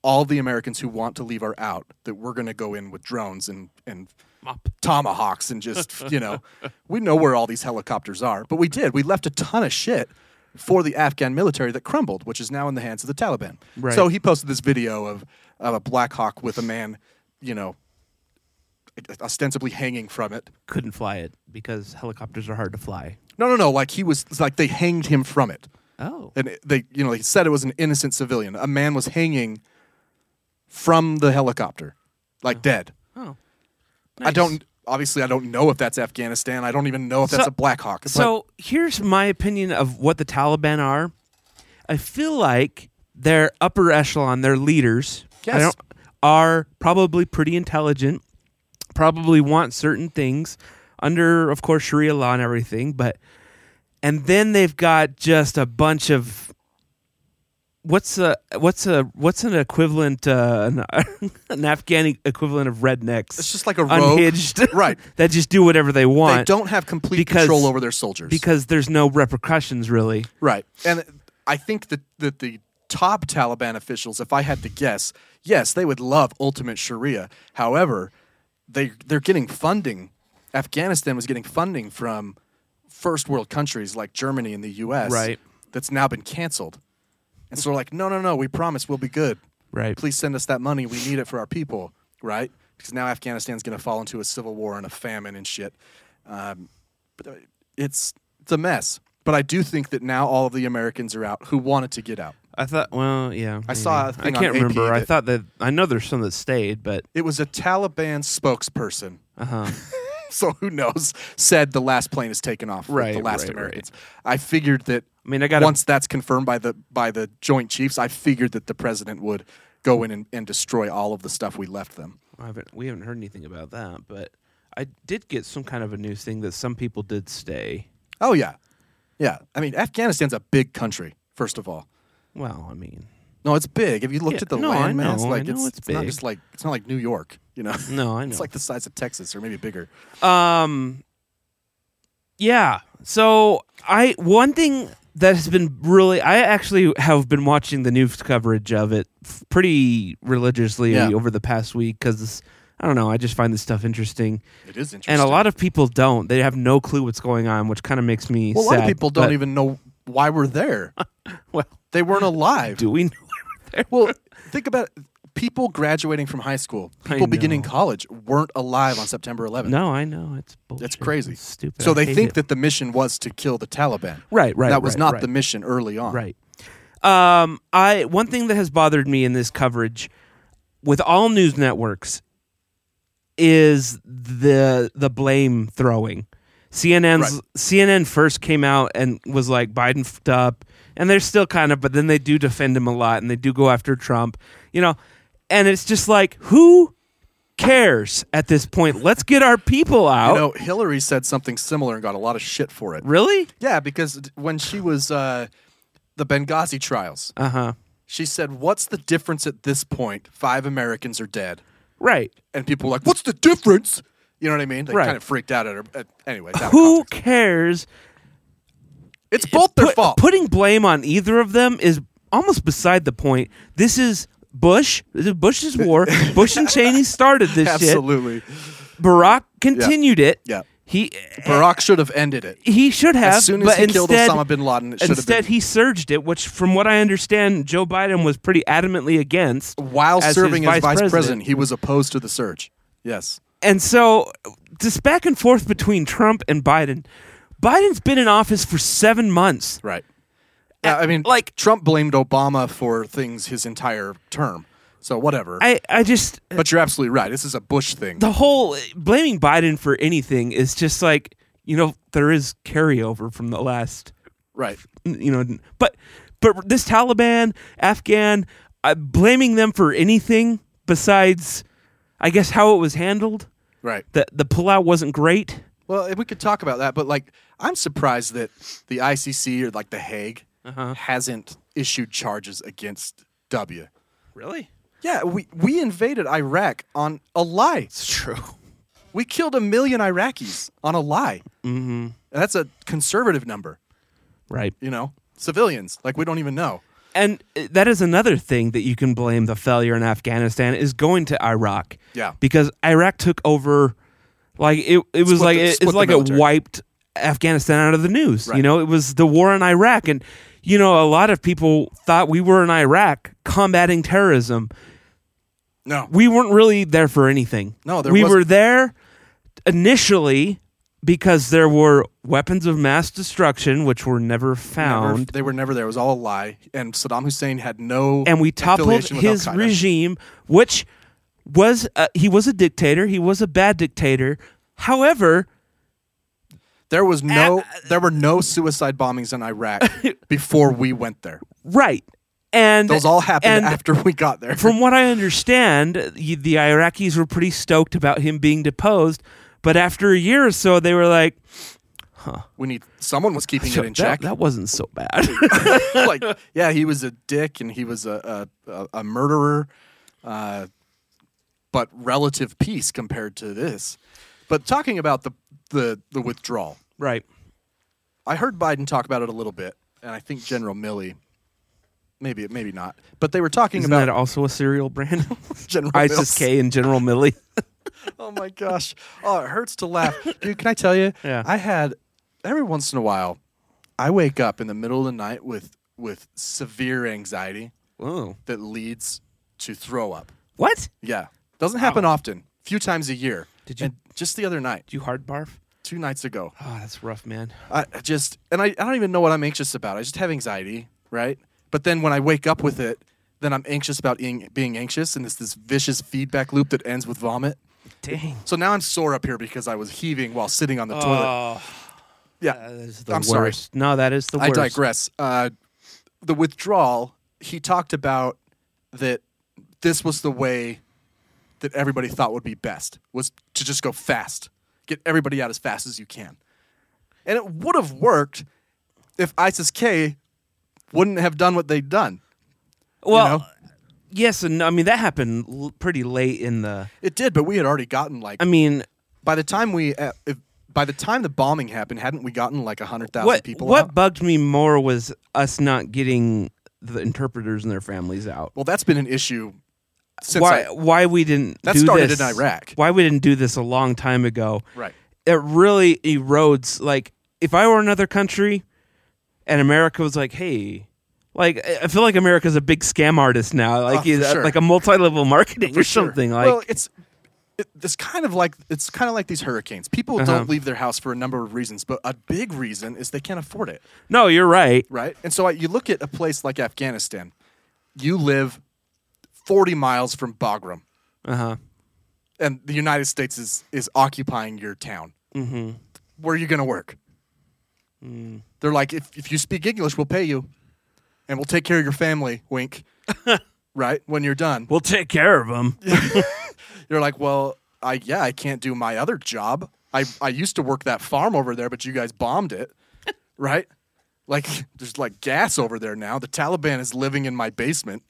Speaker 8: all the Americans who want to leave are out, that we're gonna go in with drones and and
Speaker 7: Mop.
Speaker 8: tomahawks and just you know, we know where all these helicopters are. But we did. We left a ton of shit for the Afghan military that crumbled, which is now in the hands of the Taliban.
Speaker 7: Right.
Speaker 8: So he posted this video of of a Black Hawk with a man, you know, ostensibly hanging from it.
Speaker 7: Couldn't fly it because helicopters are hard to fly.
Speaker 8: No, no, no. Like he was like they hanged him from it.
Speaker 7: Oh,
Speaker 8: and it- they you know they said it was an innocent civilian a man was hanging from the helicopter like dead
Speaker 7: oh.
Speaker 8: i don't obviously i don't know if that's afghanistan i don't even know if that's
Speaker 7: So-
Speaker 8: a black hawk but
Speaker 7: So here's my opinion of what the Taliban are. I feel like their upper echelon, their leaders, I
Speaker 8: Yes.
Speaker 7: don't- are probably pretty intelligent. Probably want certain things under, of course, Sharia law and everything. But and then they've got just a bunch of what's a what's a what's an equivalent uh, an, an Afghani equivalent of rednecks?
Speaker 8: It's just like a rogue-
Speaker 7: unhinged,
Speaker 8: right.
Speaker 7: that just do whatever they want.
Speaker 8: they don't have complete
Speaker 7: because-
Speaker 8: control over their soldiers
Speaker 7: because there's no repercussions really.
Speaker 8: right and i think that, that the top taliban officials if i had to guess yes they would love ultimate sharia however they they're getting funding afghanistan was getting funding from first world countries like germany and the us
Speaker 7: Right.
Speaker 8: that's now been canceled. And so we're like, no, no, no, we promise we'll be good.
Speaker 7: Right.
Speaker 8: Please send us that money. We need it for our people, right? Because now Afghanistan's going to fall into a civil war and a famine and shit. Um, but uh, it's, it's a mess. But I do think that now all of the Americans are out who wanted to get out.
Speaker 7: I thought. Well, yeah.
Speaker 8: I saw
Speaker 7: maybe.
Speaker 8: a thing
Speaker 7: I
Speaker 8: on
Speaker 7: can't
Speaker 8: AP
Speaker 7: remember. I
Speaker 8: that-
Speaker 7: thought that I know there's some that stayed, but
Speaker 8: It was a Taliban spokesperson. Uh
Speaker 7: Uh-huh.
Speaker 8: huh. so who knows? Said the last plane is taken off. with
Speaker 7: Right,
Speaker 8: The last
Speaker 7: right, right.
Speaker 8: Americans. I figured that.
Speaker 7: I mean, I gotta-
Speaker 8: once that's confirmed by the by the Joint Chiefs, I figured that the president would go in and, and destroy all of the stuff we left them.
Speaker 7: I haven't, we haven't heard anything about that. But I did get some kind of a news thing that some people did stay.
Speaker 8: Oh yeah, yeah. I mean, Afghanistan's a big country. First of all,
Speaker 7: Well, I mean,
Speaker 8: no, it's big. Have you looked
Speaker 7: Yeah,
Speaker 8: at the
Speaker 7: no, I
Speaker 8: landmass?
Speaker 7: know, I
Speaker 8: Like
Speaker 7: know
Speaker 8: it's,
Speaker 7: it's
Speaker 8: not
Speaker 7: big.
Speaker 8: just like it's not like New York. You know,
Speaker 7: no, I know.
Speaker 8: it's like the size of Texas or maybe bigger.
Speaker 7: Um, yeah. So I one thing that has been really I actually have been watching the news coverage of it f- pretty religiously
Speaker 8: Yeah.
Speaker 7: over the past week because I don't know I just find this stuff interesting.
Speaker 8: It is interesting.
Speaker 7: and a lot of people don't. They have no clue what's going on, which kind of makes me
Speaker 8: well, a lot of
Speaker 7: sad,
Speaker 8: people don't
Speaker 7: but-
Speaker 8: even know why we're there.
Speaker 7: Well,
Speaker 8: They weren't alive.
Speaker 7: do we know?
Speaker 8: Well, think about it. people graduating from high school,
Speaker 7: I
Speaker 8: people beginning
Speaker 7: know.
Speaker 8: college weren't alive on September 11th.
Speaker 7: No, I know it's bullshit.
Speaker 8: That's crazy.
Speaker 7: It's stupid.
Speaker 8: So
Speaker 7: I
Speaker 8: they
Speaker 7: hate
Speaker 8: think
Speaker 7: it.
Speaker 8: that the mission was to kill the Taliban.
Speaker 7: Right, right,
Speaker 8: That was
Speaker 7: right,
Speaker 8: not
Speaker 7: right.
Speaker 8: the mission early on.
Speaker 7: right. Um, I one thing that has bothered me in this coverage with all news networks is the the blame throwing. CNN's
Speaker 8: Right.
Speaker 7: CNN first came out and was like Biden fed up, and they're still kind of, but then they do defend him a lot, and they do go after Trump, you know, and it's just like who cares at this point? Let's get our people out.
Speaker 8: You know, Hillary said something similar and got a lot of shit for it.
Speaker 7: really?
Speaker 8: Yeah, because d- when she was uh, the Benghazi trials,
Speaker 7: Uh huh.
Speaker 8: she said, What's the difference at this point? Five Americans are dead.
Speaker 7: Right.
Speaker 8: And people were like, What's the difference? You know what I mean? They
Speaker 7: Right.
Speaker 8: kind of freaked out at her. At, anyway, that
Speaker 7: Who
Speaker 8: context.
Speaker 7: cares?
Speaker 8: It's both their
Speaker 7: Put-
Speaker 8: fault.
Speaker 7: Putting blame on either of them is almost beside the point. This is Bush. This is Bush's war. Bush and Cheney started this
Speaker 8: Absolutely.
Speaker 7: shit. Barack continued it.
Speaker 8: Yeah.
Speaker 7: He
Speaker 8: Barack should have ended it.
Speaker 7: he should have.
Speaker 8: As soon as
Speaker 7: but
Speaker 8: he
Speaker 7: instead,
Speaker 8: killed Osama bin Laden, it should have
Speaker 7: instead
Speaker 8: been-
Speaker 7: he surged it, which, from what I understand, Joe Biden was pretty adamantly against
Speaker 8: While
Speaker 7: as his
Speaker 8: serving as vice president. he was opposed to the surge. Yes.
Speaker 7: And so, this back and forth between Trump and Biden. Biden's been in office for seven months.
Speaker 8: Right. Yeah, I mean,
Speaker 7: like-
Speaker 8: like Trump blamed Obama for things his entire term. So whatever.
Speaker 7: I, I just
Speaker 8: but you're absolutely right. This is a Bush thing.
Speaker 7: the whole blaming Biden for anything is just like you know there is carryover from the last
Speaker 8: Right.
Speaker 7: you know but but this taliban afghan uh, blaming them for anything besides i guess how it was handled
Speaker 8: Right.
Speaker 7: that the pullout wasn't great
Speaker 8: Well, we could talk about that, but like, I'm surprised that the ICC or like the Hague
Speaker 7: Uh-huh.
Speaker 8: hasn't issued charges against W.
Speaker 7: really
Speaker 8: Yeah, we we invaded Iraq on a lie.
Speaker 7: it's true
Speaker 8: We killed a million Iraqis on a lie. Mm-hmm. That's a conservative number,
Speaker 7: right
Speaker 8: you know. Civilians, like we don't even know.
Speaker 7: and uh, that is another thing that you can blame the failure in afghanistan is going to iraq
Speaker 8: Yeah.
Speaker 7: because iraq took over like it, it was
Speaker 8: Split
Speaker 7: like
Speaker 8: the-
Speaker 7: it,
Speaker 8: split
Speaker 7: it's
Speaker 8: the
Speaker 7: like it
Speaker 8: military.
Speaker 7: wiped afghanistan out of the news you
Speaker 8: Right.
Speaker 7: know it was the war in iraq and you know a lot of people thought we were in iraq combating terrorism
Speaker 8: No,
Speaker 7: we weren't really there for anything.
Speaker 8: No, there
Speaker 7: we
Speaker 8: wasn't.
Speaker 7: were there initially because there were weapons of mass destruction which were never
Speaker 8: Never-
Speaker 7: found,
Speaker 8: they were never there. It was all a lie. And Saddam Hussein had no.
Speaker 7: and we toppled
Speaker 8: affiliation with
Speaker 7: his
Speaker 8: Al-Qaeda.
Speaker 7: regime, which was uh, he was a dictator. He was a bad dictator. However,
Speaker 8: There was no.
Speaker 7: uh,
Speaker 8: there were no suicide bombings in Iraq before we went there.
Speaker 7: right, and
Speaker 8: Those all happened
Speaker 7: and
Speaker 8: after we got there.
Speaker 7: From what I understand, y- the Iraqis were pretty stoked about him being deposed, but after a year or so, they were like,
Speaker 8: we need someone was keeping it in
Speaker 7: "That-
Speaker 8: check.
Speaker 7: that wasn't so bad."
Speaker 8: like, yeah, he was a dick and he was a a, a, a murderer, uh, but relative peace compared to this. But talking about the the the withdrawal,
Speaker 7: right.
Speaker 8: I heard Biden talk about it a little bit, and I think General Milley, maybe maybe not, but they were talking
Speaker 7: Isn't
Speaker 8: about
Speaker 7: that also a cereal brand?
Speaker 8: General
Speaker 7: ISIS
Speaker 8: Mills.
Speaker 7: K and General Millie.
Speaker 8: Oh my gosh! Oh, it hurts to laugh, dude. Can I tell you?
Speaker 7: Yeah.
Speaker 8: I had every once in a while, I wake up in the middle of the night with with severe anxiety
Speaker 7: Whoa.
Speaker 8: that leads to throw up.
Speaker 7: What?
Speaker 8: Yeah. Doesn't happen often. Few times a year. Did
Speaker 7: you-
Speaker 8: And just the other night,
Speaker 7: Did you hard barf?
Speaker 8: two nights ago,
Speaker 7: Oh, that's rough, man.
Speaker 8: I I just and I, I don't even know what I'm anxious about. I just have anxiety, right? But then when I wake up with it, then I'm anxious about being, being anxious, and it's this vicious feedback loop that ends with vomit.
Speaker 7: Dang.
Speaker 8: So now I'm sore up here because I was heaving while sitting
Speaker 7: Oh,
Speaker 8: on the toilet.
Speaker 7: Ah,
Speaker 8: Yeah, I'm sorry.
Speaker 7: sorry. No, that is the
Speaker 8: I
Speaker 7: worst.
Speaker 8: digress. Uh, the withdrawal, he talked about that this was the way that everybody thought would be best was to just go fast, get everybody out as fast as you can. And it would have worked if ISIS K wouldn't have done what they'd done. you
Speaker 7: Well,
Speaker 8: know?
Speaker 7: yes, and no. I mean that happened l- pretty late in the.
Speaker 8: it did, but we had already gotten like
Speaker 7: I mean,
Speaker 8: by the time we uh, if, by the time the bombing happened, hadn't we gotten like hundred thousand
Speaker 7: what
Speaker 8: people?
Speaker 7: what
Speaker 8: out?
Speaker 7: bugged me more was us not getting the interpreters and their families out.
Speaker 8: Well, that's been an issue since
Speaker 7: why
Speaker 8: I-
Speaker 7: why we didn't
Speaker 8: That
Speaker 7: do
Speaker 8: started
Speaker 7: this-
Speaker 8: in Iraq.
Speaker 7: Why we didn't do this a long time ago?
Speaker 8: right.
Speaker 7: it really erodes like if i were another country and america was like hey like i I feel like america's a big scam artist now like
Speaker 8: Oh, for
Speaker 7: uh,
Speaker 8: sure.
Speaker 7: like a multi-level marketing or
Speaker 8: Sure.
Speaker 7: something like
Speaker 8: well it's it, it's kind of like it's kind of like these hurricanes people
Speaker 7: Uh-huh.
Speaker 8: don't leave their house for a number of reasons but a big reason is they can't afford it
Speaker 7: no you're right
Speaker 8: right and so I, you look at a place like afghanistan you live 40 miles from bagram
Speaker 7: uh-huh
Speaker 8: and the united states is is occupying your town mm-hmm. where are you going to work they're like if, if you speak english we'll pay you and we'll take care of your family wink right when you're done
Speaker 7: we'll take care of them
Speaker 8: you're like, well, I yeah, I can't do my other job. I I used to work that farm over there, but you guys bombed it, right? Like there's like gas over there now. The Taliban is living in my basement.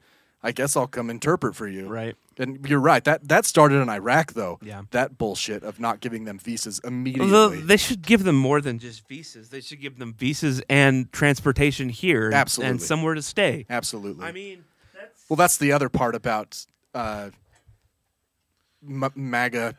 Speaker 8: I guess I'll come interpret for you.
Speaker 7: Right.
Speaker 8: And you're right. That that started in Iraq though.
Speaker 7: Yeah.
Speaker 8: That bullshit of not giving them visas immediately.
Speaker 7: they should give them more than just visas they should give them visas and transportation here and-
Speaker 8: Absolutely.
Speaker 7: and somewhere to stay
Speaker 8: Absolutely.
Speaker 7: i mean that's
Speaker 8: Well, that's the other part about uh, M- MAGA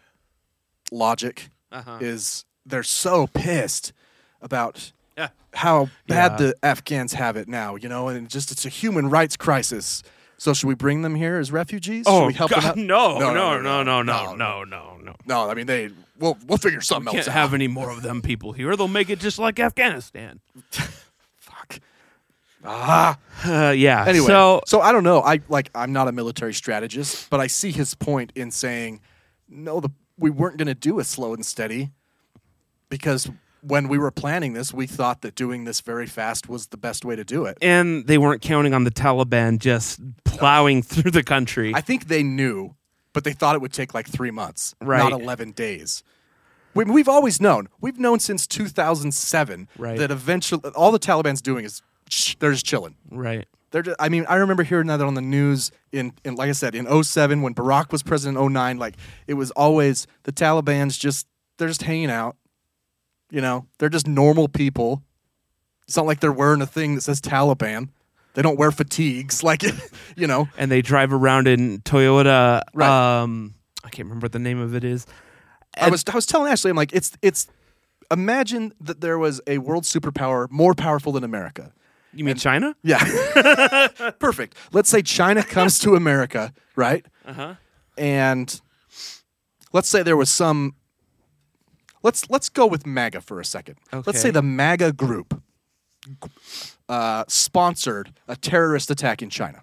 Speaker 8: logic
Speaker 7: Uh-huh.
Speaker 8: is they're so pissed about
Speaker 7: Yeah.
Speaker 8: how bad
Speaker 7: Yeah.
Speaker 8: the Afghans have it now, you know, and just it's a human rights crisis. So should we bring them here as refugees? should
Speaker 7: oh
Speaker 8: we help them
Speaker 7: God,
Speaker 8: out?
Speaker 7: no no no no no no
Speaker 8: no.
Speaker 7: no no no
Speaker 8: No, I mean they. We'll we'll figure something
Speaker 7: can't
Speaker 8: else out.
Speaker 7: have any more of them people here they'll make it just like afghanistan
Speaker 8: Fuck. Ah.
Speaker 7: Uh, yeah.
Speaker 8: Anyway,
Speaker 7: so
Speaker 8: so, I don't know. I like I'm not a military strategist, but I see his point in saying, no, the, we weren't going to do a slow and steady because when we were planning this, we thought that doing this very fast was the best way to do it.
Speaker 7: and they weren't counting on the Taliban just plowing through the country.
Speaker 8: I think they knew, but they thought it would take like three months,
Speaker 7: Right.
Speaker 8: not 11 days. We, we've always known. We've known since 2007
Speaker 7: Right.
Speaker 8: that eventually all the Taliban's doing is shh, they're just chilling.
Speaker 7: right.
Speaker 8: They're just, I mean, I remember hearing that on the news in, in, like I said, in 07 when Barack was president in 09. Like, it was always the Taliban's just, they're just hanging out. You know, they're just normal people. It's not like they're wearing a thing that says Taliban. They don't wear fatigues. Like, you know,
Speaker 7: And they drive around in Toyota.
Speaker 8: Right.
Speaker 7: Um, I can't remember what the name of it is.
Speaker 8: I was, I was telling Ashley, I'm like, it's, it's, imagine that there was a world superpower more powerful than America.
Speaker 7: You mean China?
Speaker 8: Yeah. Perfect. Let's say China comes to America, right? Uh-huh. And let's say there was some Let's let's go with MAGA for a second. Let's say
Speaker 7: Okay.
Speaker 8: the MAGA group uh, sponsored a terrorist attack in China.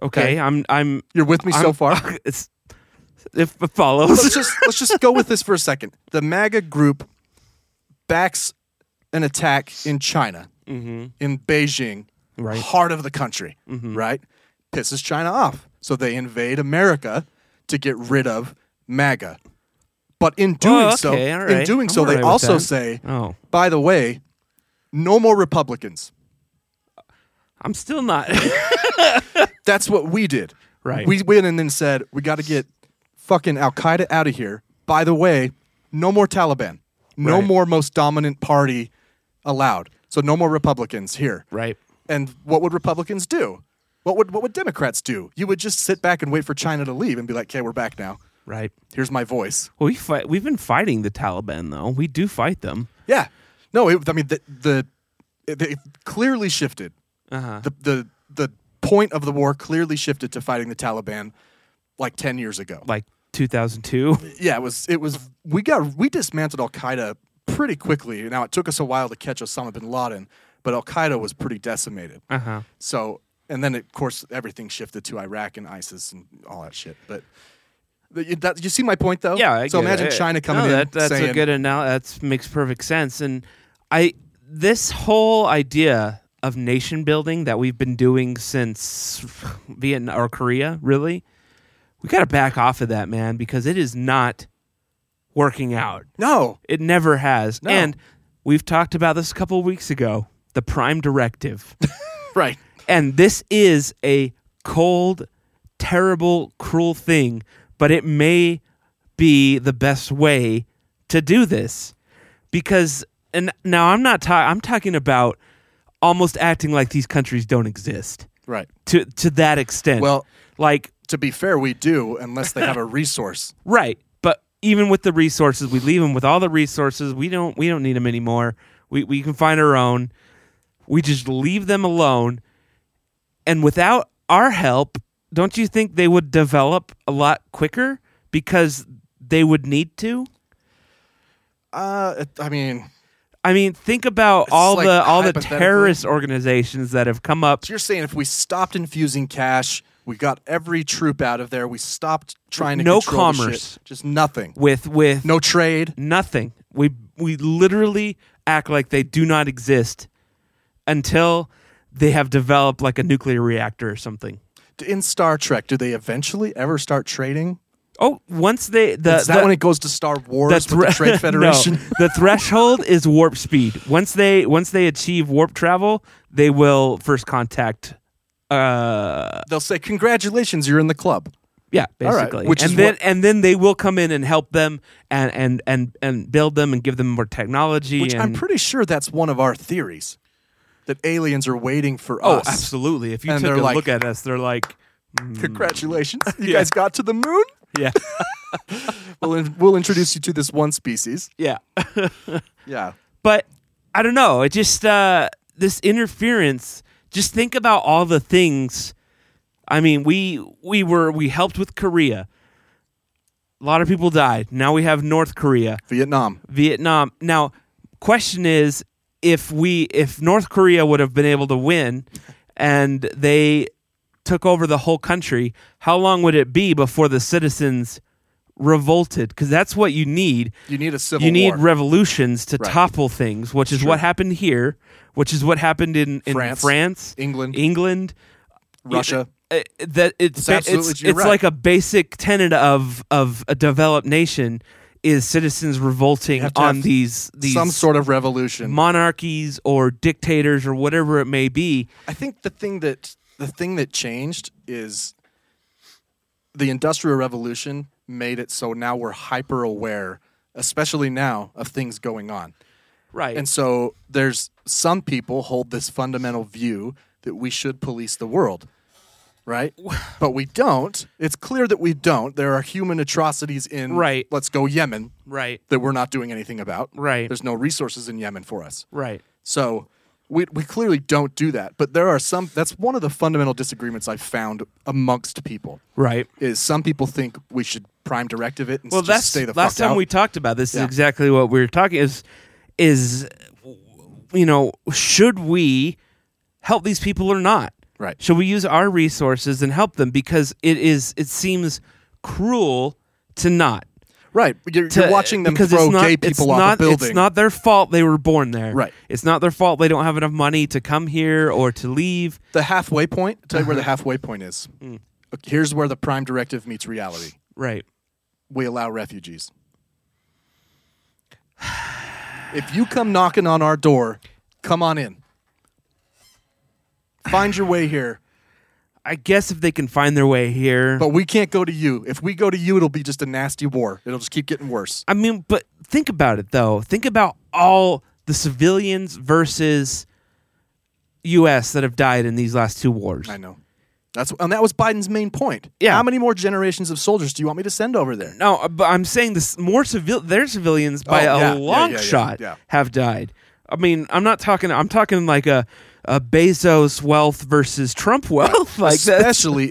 Speaker 7: Okay,
Speaker 8: Okay.
Speaker 7: I'm. I'm.
Speaker 8: You're with me so
Speaker 7: I'm-
Speaker 8: far?
Speaker 7: It's. It
Speaker 8: let's
Speaker 7: follows.
Speaker 8: just let's just go with this for a second. The MAGA group backs an attack in China, in Beijing,
Speaker 7: Mm-hmm. Right. Mm-hmm.
Speaker 8: heart of the country, right? Pisses China off, so they invade America to get rid of MAGA. But in doing
Speaker 7: Oh, okay,
Speaker 8: so,
Speaker 7: all
Speaker 8: in
Speaker 7: right.
Speaker 8: doing
Speaker 7: I'm
Speaker 8: so,
Speaker 7: all
Speaker 8: they
Speaker 7: right with
Speaker 8: also
Speaker 7: that.
Speaker 8: say,
Speaker 7: Oh,
Speaker 8: by the way, no more Republicans.
Speaker 7: I'm still not.
Speaker 8: That's what we did.
Speaker 7: Right.
Speaker 8: We went in and said, we got to get fucking Al Qaeda out of here. By the way, no more Taliban. No
Speaker 7: Right.
Speaker 8: more most dominant party allowed. So no more Republicans here.
Speaker 7: right.
Speaker 8: And what would Republicans do? What would what would Democrats do? You would just sit back and wait for China to leave and be like, "Okay, we're back now.
Speaker 7: Right.
Speaker 8: Here's my voice."
Speaker 7: Well, we fight. We've been fighting the Taliban, though. We do fight them.
Speaker 8: Yeah. No, it, I mean the the it, it clearly shifted.
Speaker 7: Uh-huh.
Speaker 8: The the the point of the war clearly shifted to fighting the Taliban like 10 years ago.
Speaker 7: Like 2002.
Speaker 8: yeah, it was it was we got we dismantled Al Qaeda pretty quickly. Now it took us a while to catch Osama bin Laden, but Al Qaeda was pretty decimated.
Speaker 7: Uh huh.
Speaker 8: So and then of course everything shifted to Iraq and ISIS and all that shit. But but you, that, you see my point though.
Speaker 7: Yeah. I
Speaker 8: so
Speaker 7: get
Speaker 8: imagine
Speaker 7: it.
Speaker 8: China coming
Speaker 7: No,
Speaker 8: in
Speaker 7: that- That's
Speaker 8: saying,
Speaker 7: a good analogy. That makes perfect sense. And I, this whole idea of nation building that we've been doing since Vietnam or Korea, really, we got to back off of that, man, because it is not working out.
Speaker 8: "No,
Speaker 7: It never has. And we've talked about this a couple of weeks ago. The prime directive.
Speaker 8: right,
Speaker 7: And this is a cold, terrible, cruel thing, but it may be the best way to do this. Because and now I'm not ta- I'm talking about almost acting like these countries don't exist
Speaker 8: right."
Speaker 7: to to that extent.
Speaker 8: Well-
Speaker 7: like
Speaker 8: To be fair, we do unless they have a resource.
Speaker 7: Right. But even with the resources, we leave them with all the resources. We don't we don't need them anymore. We we can find our own. We just leave them alone. And without our help, don't you think they would develop a lot quicker because they would need to?
Speaker 8: Uh, it- I mean,
Speaker 7: I mean, think about
Speaker 8: It's
Speaker 7: all
Speaker 8: like
Speaker 7: the all the
Speaker 8: hypothetically-
Speaker 7: terrorist organizations that have come up.
Speaker 8: So you're saying if we stopped infusing cash, we got every troop out of there, we stopped trying to
Speaker 7: No
Speaker 8: control the shit,
Speaker 7: commerce.
Speaker 8: just nothing,
Speaker 7: with with
Speaker 8: no trade.
Speaker 7: nothing. We we literally act like they do not exist until they have developed like a nuclear reactor or something.
Speaker 8: In Star Trek, do they eventually ever start trading?
Speaker 7: Oh, once they the
Speaker 8: Is that
Speaker 7: the,
Speaker 8: when it goes to Star Wars
Speaker 7: the
Speaker 8: with the
Speaker 7: thre-
Speaker 8: Trade Federation?
Speaker 7: no, the threshold is warp speed. Once they once they achieve warp travel, they will first contact. Uh,
Speaker 8: They'll say, "Congratulations, you're in the club."
Speaker 7: yeah,
Speaker 8: right,
Speaker 7: basically,
Speaker 8: which
Speaker 7: and
Speaker 8: is
Speaker 7: then
Speaker 8: what-
Speaker 7: and then they will come in and help them and and and and build them and give them more technology.
Speaker 8: Which I'm
Speaker 7: and-
Speaker 8: pretty sure that's one of our theories that aliens are waiting for
Speaker 7: Oh,
Speaker 8: us.
Speaker 7: absolutely. If you
Speaker 8: And
Speaker 7: took
Speaker 8: they're
Speaker 7: a
Speaker 8: like-
Speaker 7: look at us, they're like,
Speaker 8: Congratulations, you
Speaker 7: Yeah.
Speaker 8: guys got to the moon.
Speaker 7: yeah,
Speaker 8: We'll, in- we'll introduce you to this one species.
Speaker 7: yeah.
Speaker 8: Yeah,
Speaker 7: but I don't know. It just uh, this interference. Just think about all the things. I mean, we we were we helped with Korea. A lot of people died. Now we have North Korea,
Speaker 8: Vietnam.
Speaker 7: Vietnam. Now, question is, if we if North Korea would have been able to win, and they took over the whole country, how long would it be before the citizens revolted because that's what you need.
Speaker 8: You need a civil
Speaker 7: You need
Speaker 8: war.
Speaker 7: revolutions to
Speaker 8: Right.
Speaker 7: topple things, which is what happened here, which is what happened in, in
Speaker 8: France,
Speaker 7: France,
Speaker 8: England.
Speaker 7: England,
Speaker 8: Russia.
Speaker 7: It- it- that it's
Speaker 8: It's
Speaker 7: ba-
Speaker 8: absolutely-
Speaker 7: it's,
Speaker 8: you're
Speaker 7: it's
Speaker 8: right.
Speaker 7: like a basic tenet of of a developed nation is citizens revolting
Speaker 8: have to
Speaker 7: on
Speaker 8: have
Speaker 7: these these
Speaker 8: some sort of revolution.
Speaker 7: monarchies or dictators or whatever it may be.
Speaker 8: I think the thing that the thing that changed is the industrial revolution made it so now we're hyper aware, especially now, of things going on.
Speaker 7: Right.
Speaker 8: And so there's some people hold this fundamental view that we should police the world, right? But we don't. It's clear that we don't. There are human atrocities in
Speaker 7: Right.
Speaker 8: let's go Yemen
Speaker 7: right.
Speaker 8: that we're not doing anything about.
Speaker 7: Right.
Speaker 8: There's no resources in Yemen for us.
Speaker 7: Right.
Speaker 8: So we, we clearly don't do that. But there are some, that's one of the fundamental disagreements I've found amongst people.
Speaker 7: Right.
Speaker 8: Is some people think we should prime directive it and
Speaker 7: Well,
Speaker 8: just
Speaker 7: that's
Speaker 8: stay the
Speaker 7: last
Speaker 8: fuck
Speaker 7: time
Speaker 8: out.
Speaker 7: we talked about this
Speaker 8: Yeah.
Speaker 7: is exactly what we were talking is is you know should we help these people or not?
Speaker 8: Right.
Speaker 7: Should we use our resources and help them because it is it seems cruel to not.
Speaker 8: right. You're,
Speaker 7: To,
Speaker 8: you're watching them
Speaker 7: because
Speaker 8: throw
Speaker 7: it's not,
Speaker 8: gay
Speaker 7: it's
Speaker 8: people off
Speaker 7: not,
Speaker 8: a building.
Speaker 7: It's not their fault they were born there.
Speaker 8: Right.
Speaker 7: It's not their fault they don't have enough money to come here or to leave.
Speaker 8: the halfway point. I'll tell you where
Speaker 7: Uh-huh.
Speaker 8: the halfway point is.
Speaker 7: Hmm.
Speaker 8: Okay, Here's where the prime directive meets reality.
Speaker 7: Right.
Speaker 8: We allow refugees. If you come knocking on our door, come on in. Find your way here,
Speaker 7: I guess if they can find their way here.
Speaker 8: but we can't go to you. If we go to you, it'll be just a nasty war. It'll just keep getting worse.
Speaker 7: I mean, but think about it though. Think about all the civilians versus U.S. that have died in these last two wars.
Speaker 8: I know. That's and that was Biden's main point.
Speaker 7: Yeah.
Speaker 8: How many more generations of soldiers do you want me to send over there?
Speaker 7: No, uh, but I'm saying this more civil. Their civilians by
Speaker 8: Oh,
Speaker 7: a
Speaker 8: yeah, yeah,
Speaker 7: long
Speaker 8: yeah, yeah,
Speaker 7: shot
Speaker 8: yeah.
Speaker 7: have died. I mean, I'm not talking. I'm talking like a, a Bezos wealth versus Trump wealth. Like that.
Speaker 8: especially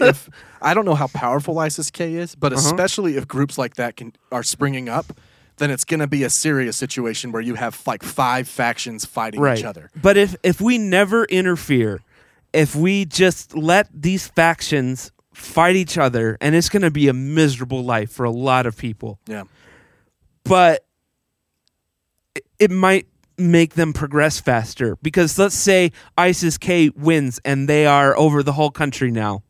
Speaker 8: if I don't know how powerful ISIS K is,
Speaker 7: Uh-huh.
Speaker 8: but especially if groups like that can are springing up, then it's going to be a serious situation where you have like five factions fighting
Speaker 7: right.
Speaker 8: each other.
Speaker 7: But if if we never interfere, if we just let these factions fight each other, and it's going to be a miserable life for a lot of people.
Speaker 8: Yeah,
Speaker 7: but it- it might make them progress faster because let's say ISIS K wins and they are over the whole country now.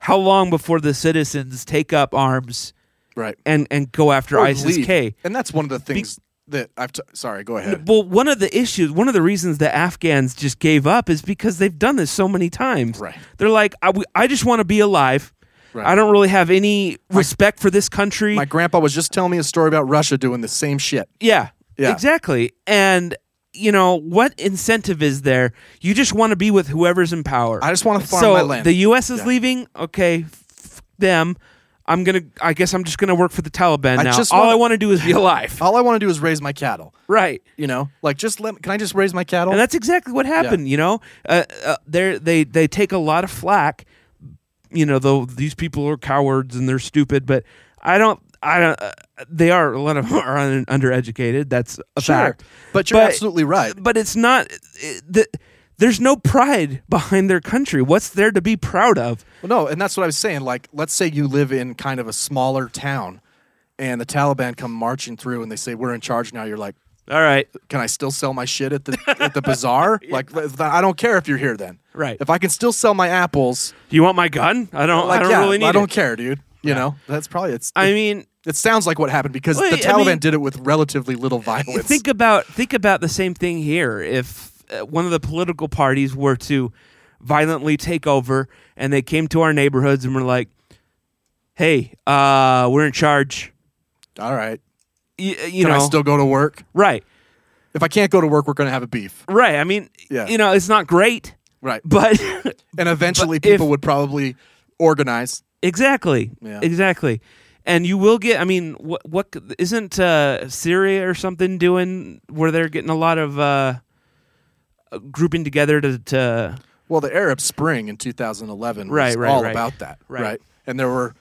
Speaker 7: How long before the citizens take up arms
Speaker 8: right.
Speaker 7: and and go after
Speaker 8: Or
Speaker 7: ISIS
Speaker 8: leave.
Speaker 7: K?
Speaker 8: and that's one of the things that I've. T- sorry, go ahead.
Speaker 7: Well, one of the issues, one of the reasons the Afghans just gave up is because they've done this so many times.
Speaker 8: Right.
Speaker 7: They're like, I, we- I just want to be alive.
Speaker 8: Right.
Speaker 7: I don't really have any respect for this country.
Speaker 8: My grandpa was just telling me a story about Russia doing the same shit.
Speaker 7: Yeah,
Speaker 8: Yeah.
Speaker 7: exactly. And you know what incentive is there? You just want to be with whoever's in power.
Speaker 8: I just wanna farm
Speaker 7: so
Speaker 8: my land.
Speaker 7: The U.S. is
Speaker 8: Yeah.
Speaker 7: leaving. Okay, f- them. I'm gonna. I guess I'm just gonna work for the Taliban
Speaker 8: I
Speaker 7: now.
Speaker 8: just
Speaker 7: All
Speaker 8: wanna-
Speaker 7: I want to do is be alive.
Speaker 8: All I want to do is raise my cattle.
Speaker 7: right.
Speaker 8: You know, like just let. Can I just raise my cattle?
Speaker 7: And that's exactly what happened. You know, uh, uh, they they they take a lot of flack. You know, though these people are cowards and they're stupid, but I don't. I don't. Uh, they are a lot of them are un- undereducated. That's a
Speaker 8: Sure.
Speaker 7: fact.
Speaker 8: But you're absolutely right.
Speaker 7: But it's not. It, the, there's no pride behind their country. What's there to be proud of?
Speaker 8: Well, no, and that's what I was saying. Like, let's say you live in kind of a smaller town, and the Taliban come marching through, and they say we're in charge now. You're like,
Speaker 7: All right.
Speaker 8: can I still sell my shit at the at the bazaar? Like, th- I don't care if you're here then.
Speaker 7: Right.
Speaker 8: If I can still sell my apples,
Speaker 7: You want my gun? I don't.
Speaker 8: like,
Speaker 7: I don't
Speaker 8: yeah,
Speaker 7: really need.
Speaker 8: I don't
Speaker 7: it.
Speaker 8: care, dude. You know, that's probably it's.
Speaker 7: I
Speaker 8: it,
Speaker 7: mean,
Speaker 8: it sounds like what happened because
Speaker 7: Well,
Speaker 8: the
Speaker 7: I
Speaker 8: Taliban
Speaker 7: mean-
Speaker 8: did it with relatively little violence.
Speaker 7: think about think about the same thing here. If uh, one of the political parties were to violently take over and they came to our neighborhoods and were like, "Hey, uh, we're in charge,"
Speaker 8: All right,
Speaker 7: you, you
Speaker 8: can
Speaker 7: know,
Speaker 8: I still go to work?
Speaker 7: right,
Speaker 8: If I can't go to work, we're going to have a beef.
Speaker 7: right. I mean,
Speaker 8: Yeah.
Speaker 7: you know, it's not great,
Speaker 8: Right.
Speaker 7: but
Speaker 8: And eventually,
Speaker 7: But if-
Speaker 8: people would probably organize.
Speaker 7: exactly,
Speaker 8: Yeah.
Speaker 7: exactly. And you will get. I mean, what what c- isn't uh, Syria or something doing where they're getting a lot of uh, grouping together to, to
Speaker 8: Well, the Arab Spring in 2011 was
Speaker 7: Right, right,
Speaker 8: all
Speaker 7: right.
Speaker 8: about that, right.
Speaker 7: Right.
Speaker 8: And there were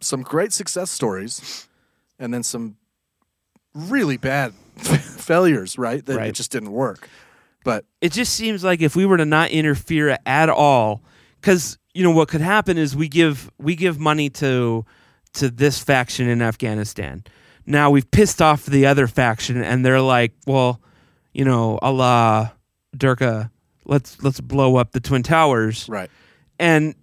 Speaker 8: some great success stories, and then some really bad failures, right? That it
Speaker 7: Right.
Speaker 8: just didn't work. But
Speaker 7: it just seems like if we were to not interfere at all because you know what could happen is we give we give money to to this faction in Afghanistan. Now we've pissed off the other faction, and they're like, well, you know, Allah, Durka, let's let's blow up the twin towers,
Speaker 8: Right.
Speaker 7: and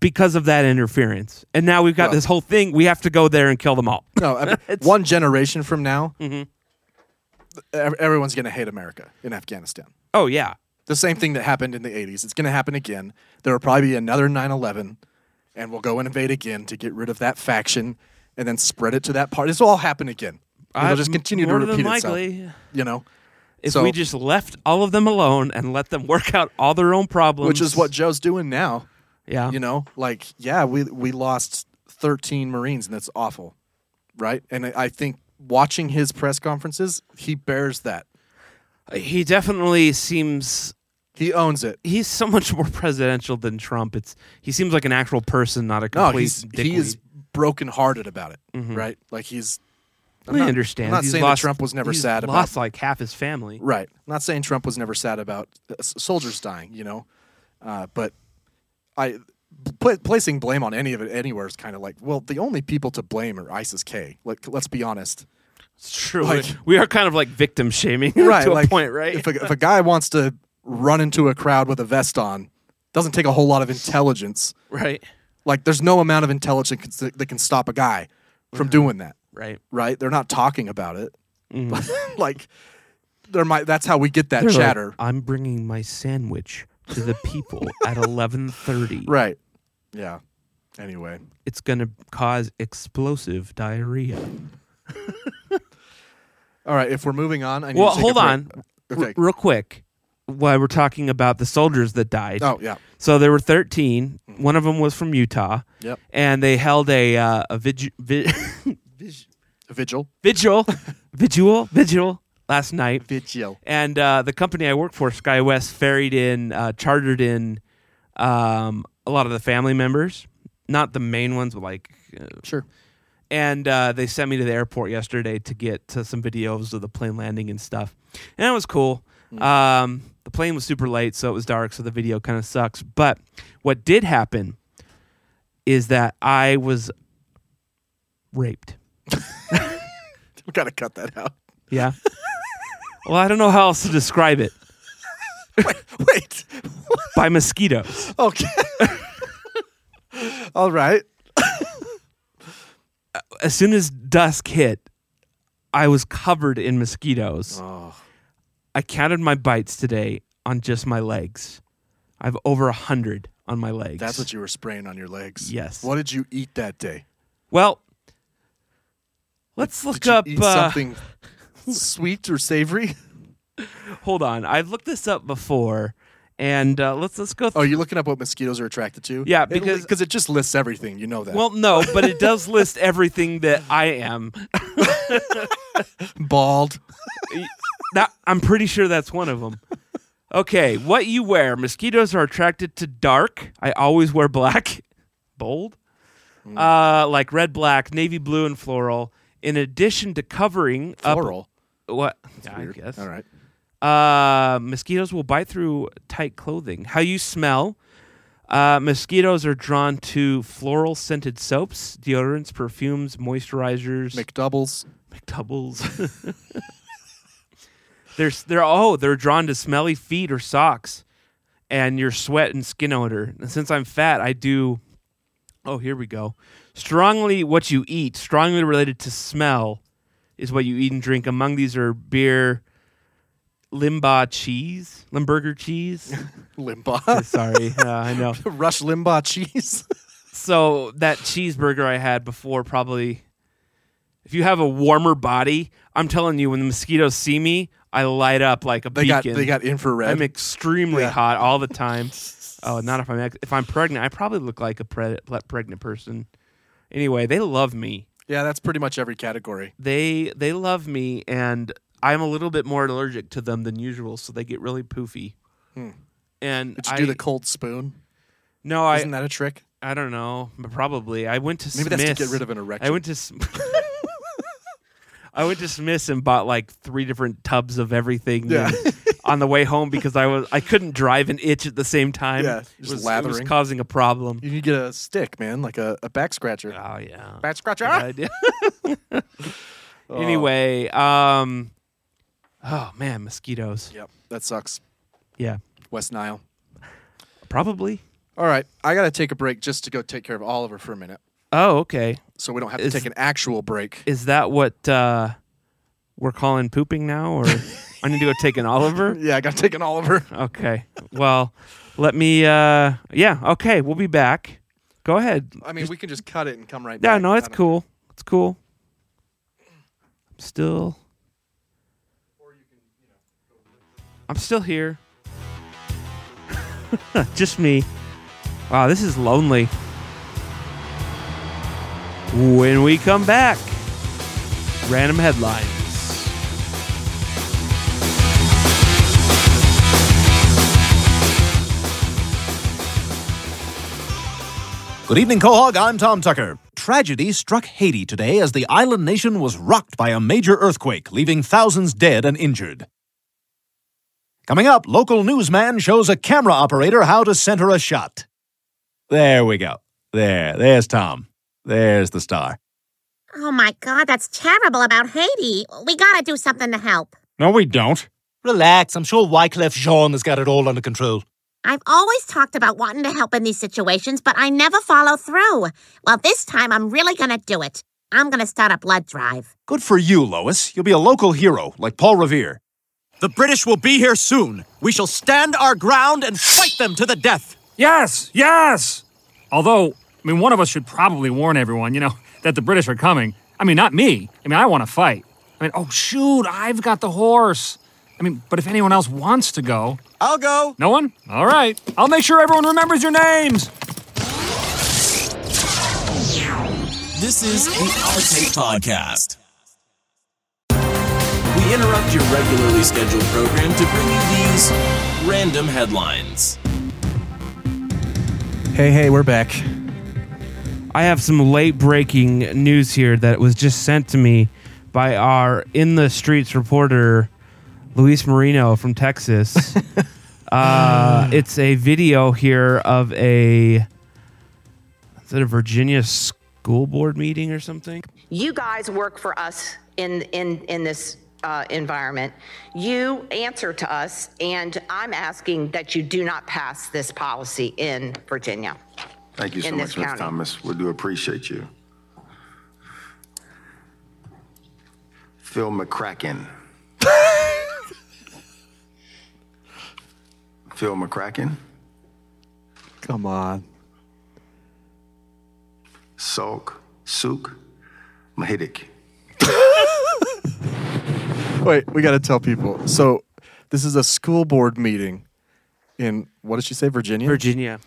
Speaker 7: because of that interference, and now we've got
Speaker 8: Well-
Speaker 7: this whole thing. We have to go there and kill them all.
Speaker 8: No, I mean,
Speaker 7: It's-
Speaker 8: one generation from now,
Speaker 7: Mm-hmm.
Speaker 8: ev- everyone's going to hate America in Afghanistan.
Speaker 7: Oh yeah,
Speaker 8: The same thing that happened in the 80s. It's going to happen again. There will probably be another 9 11, and we'll go invade again to get rid of that faction and then spread it to that part. This will all happen again. And
Speaker 7: I-
Speaker 8: It'll just continue
Speaker 7: more
Speaker 8: to
Speaker 7: than
Speaker 8: repeat
Speaker 7: likely.
Speaker 8: itself. You know?
Speaker 7: If
Speaker 8: So-
Speaker 7: we just left all of them alone and let them work out all their own problems,
Speaker 8: Which is what Joe's doing now.
Speaker 7: yeah,
Speaker 8: You know, like yeah, we we lost 13 Marines, and that's awful, right? And I, I think watching his press conferences, he bears that.
Speaker 7: he definitely seems
Speaker 8: He owns it.
Speaker 7: he's so much more presidential than Trump. It's he seems like an actual person, not a
Speaker 8: No,
Speaker 7: complete.
Speaker 8: he's he
Speaker 7: dickweed.
Speaker 8: is brokenhearted about it,
Speaker 7: Mm-hmm.
Speaker 8: right? Like he's. I'm
Speaker 7: I
Speaker 8: not-
Speaker 7: understand.
Speaker 8: I'm not
Speaker 7: he's
Speaker 8: saying that
Speaker 7: lost,
Speaker 8: Trump was never
Speaker 7: he's
Speaker 8: sad about-
Speaker 7: lost like half his family.
Speaker 8: Right. Not saying Trump was never sad about uh, s- soldiers dying, you know, uh, but I pl- placing blame on any of it anywhere is kind of like, well, the only people to blame are ISIS K. Like, let's be honest.
Speaker 7: It's true.
Speaker 8: Like-
Speaker 7: we are kind of like victim shaming
Speaker 8: right
Speaker 7: to
Speaker 8: like,
Speaker 7: a point, right?
Speaker 8: If a, if a guy wants to run into a crowd with a vest on, doesn't take a whole lot of intelligence.
Speaker 7: right,
Speaker 8: Like, there's no amount of intelligence that that can stop a guy from doing that.
Speaker 7: right.
Speaker 8: Right? They're not talking about it.
Speaker 7: Mm-hmm.
Speaker 8: like, there might. That's how we get that
Speaker 7: They're like,
Speaker 8: chatter.
Speaker 7: I'm bringing my sandwich to the people at 11:30.
Speaker 8: Right. Yeah. Anyway.
Speaker 7: It's going to cause explosive diarrhea.
Speaker 8: All right. If we're moving on, I need
Speaker 7: Well,
Speaker 8: to take a
Speaker 7: hold
Speaker 8: break.
Speaker 7: on. R-
Speaker 8: Okay.
Speaker 7: real quick, while we're talking about the soldiers that died.
Speaker 8: Oh yeah.
Speaker 7: So there were 13. One of them was from Utah.
Speaker 8: Yep.
Speaker 7: And they held a uh, a vig- vi-
Speaker 8: Vigil.
Speaker 7: vigil, vigil, vigil last night.
Speaker 8: Vigil.
Speaker 7: And uh, the company I work for, SkyWest, ferried in, uh, chartered in um, a lot of the family members, not the main ones, but like. Uh,
Speaker 8: Sure.
Speaker 7: and uh, they sent me to the airport yesterday to get to some videos of the plane landing and stuff, and it was cool. Um, the plane was super late, so it was dark, so the video kind of sucks. But what did happen is that I was raped.
Speaker 8: We gotta cut that out.
Speaker 7: Yeah. well, I don't know how else to describe it.
Speaker 8: Wait.
Speaker 7: By mosquitoes.
Speaker 8: Okay. All right.
Speaker 7: As soon as dusk hit, I was covered in mosquitoes.
Speaker 8: Oh.
Speaker 7: I counted my bites today on just my legs. I have over a hundred on my legs.
Speaker 8: That's what you were spraying on your legs.
Speaker 7: Yes.
Speaker 8: What did you eat that day?
Speaker 7: well, let's look
Speaker 8: Did you
Speaker 7: up.
Speaker 8: eat
Speaker 7: uh,
Speaker 8: something sweet or savory?
Speaker 7: Hold on, I've looked this up before, and uh, let's let's go.
Speaker 8: Oh,
Speaker 7: Th-
Speaker 8: you're looking up what mosquitoes are attracted to?
Speaker 7: Yeah,
Speaker 8: It li-
Speaker 7: because-
Speaker 8: it, just lists everything. You know that.
Speaker 7: well, no, but it does list everything that I am.
Speaker 8: bald.
Speaker 7: That I'm pretty sure that's one of them. Okay, what you wear? Mosquitoes are attracted to dark. I always wear black, bold,
Speaker 8: Mm.
Speaker 7: uh, like red, black, navy blue, and floral. In addition to covering up
Speaker 8: Floral.
Speaker 7: What? Yeah, I
Speaker 8: Weird.
Speaker 7: guess.
Speaker 8: All right.
Speaker 7: Uh, mosquitoes will bite through tight clothing. How you smell? Uh, mosquitoes are drawn to floral scented soaps, deodorants, perfumes, moisturizers,
Speaker 8: McDoubles.
Speaker 7: McDoubles. they're s- they're oh they're drawn to smelly feet or socks, and your sweat and skin odor. And since I'm fat, I do. Oh, here we go. Strongly, what you eat, strongly related to smell, is what you eat and drink. Among these are beer, Limbaugh cheese, Limburger cheese.
Speaker 8: Limbaugh.
Speaker 7: Sorry, uh, I know.
Speaker 8: Rush Limbaugh cheese.
Speaker 7: So that cheeseburger I had before probably if you have a warmer body, I'm telling you when the mosquitoes see me, I light up like a
Speaker 8: They
Speaker 7: beacon.
Speaker 8: got they got infrared.
Speaker 7: I'm extremely
Speaker 8: Yeah.
Speaker 7: hot all the time. oh, not if I'm ex- if I'm pregnant, I probably look like a pre- pre- pregnant person. Anyway, they love me.
Speaker 8: Yeah, that's pretty much every category.
Speaker 7: They they love me and I'm a little bit more allergic to them than usual, so they get really poofy. And
Speaker 8: Did Hmm. you
Speaker 7: I,
Speaker 8: do the cold spoon?
Speaker 7: no, I
Speaker 8: Isn't that a trick?
Speaker 7: I don't know, but probably. I went to
Speaker 8: Maybe
Speaker 7: Smith's.
Speaker 8: that's to get rid of an erection.
Speaker 7: I went to. S- I went to Smith's and bought like three different tubs of everything.
Speaker 8: Yeah.
Speaker 7: and on the way home because I was I couldn't drive and itch at the same time.
Speaker 8: Yeah,
Speaker 7: it
Speaker 8: just
Speaker 7: was, it was
Speaker 8: lathering.
Speaker 7: causing a problem.
Speaker 8: You need to get a stick, man, like a, a back scratcher.
Speaker 7: Oh yeah.
Speaker 8: back scratcher.
Speaker 7: Good idea. anyway, um, oh man, mosquitoes.
Speaker 8: Yep, that sucks.
Speaker 7: Yeah,
Speaker 8: West Nile.
Speaker 7: probably.
Speaker 8: All right, I gotta take a break just to go take care of Oliver for a minute,
Speaker 7: Oh, okay.
Speaker 8: so we don't have to
Speaker 7: Is-
Speaker 8: take an actual break.
Speaker 7: Is that what uh, we're calling pooping now, or I need to go take an Oliver?
Speaker 8: yeah, I gotta take an Oliver.
Speaker 7: Okay. Well, let me. Uh, yeah. Okay, we'll be back. Go ahead.
Speaker 8: I mean, we can just cut it and come right
Speaker 7: Yeah.
Speaker 8: back.
Speaker 7: No,
Speaker 8: I
Speaker 7: it's
Speaker 8: don't-
Speaker 7: cool. It's cool. I'm still. I'm still here. Just me. Wow, this is lonely. When we come back, random headlines.
Speaker 9: Good evening, Quahog. I'm Tom Tucker. Tragedy struck Haiti today as the island nation was rocked by a major earthquake, leaving thousands dead and injured. Coming up, local newsman shows a camera operator how to center a shot. There we go. There, there's Tom. There's the star.
Speaker 10: Oh my god, that's terrible about Haiti. We gotta do something to help.
Speaker 3: No, we don't.
Speaker 9: Relax, I'm sure Wyclef Jean has got it all under control.
Speaker 10: I've always talked about wanting to help in these situations, but I never follow through. Well, this time I'm really gonna do it. I'm gonna start a blood drive.
Speaker 9: Good for you, Lois. You'll be a local hero, like Paul Revere. The British will be here soon. We shall stand our ground and fight them to the death.
Speaker 11: Yes, yes. Although, I mean, one of us should probably warn everyone, you know, that the British are coming. I mean, not me. I mean, I want to fight. I mean, oh, shoot, I've got the horse. I mean, but if anyone else wants to go.
Speaker 9: I'll go.
Speaker 11: No one? All right. I'll make sure everyone remembers your names.
Speaker 5: This is the Our Take Podcast. We interrupt your regularly scheduled program to bring you these random headlines.
Speaker 8: Hey, hey, we're back.
Speaker 7: I have some late breaking news here that was just sent to me by our in the streets reporter Luis Marino from Texas. uh, it's a video here of a is it a Virginia school board meeting or something?
Speaker 10: You guys work for us in in in this uh, environment. You answer to us, and I'm asking that you do not pass this policy in Virginia.
Speaker 1: Thank you so
Speaker 10: In this
Speaker 1: much, Ms.
Speaker 10: county.
Speaker 1: Thomas. We do appreciate you. Phil McCracken. Phil McCracken,
Speaker 8: Come on.
Speaker 1: Salk, Sook, Mahidic.
Speaker 8: Wait, we gotta tell people. So, this is a school board meeting in what did she say, Virginia?
Speaker 7: Virginia.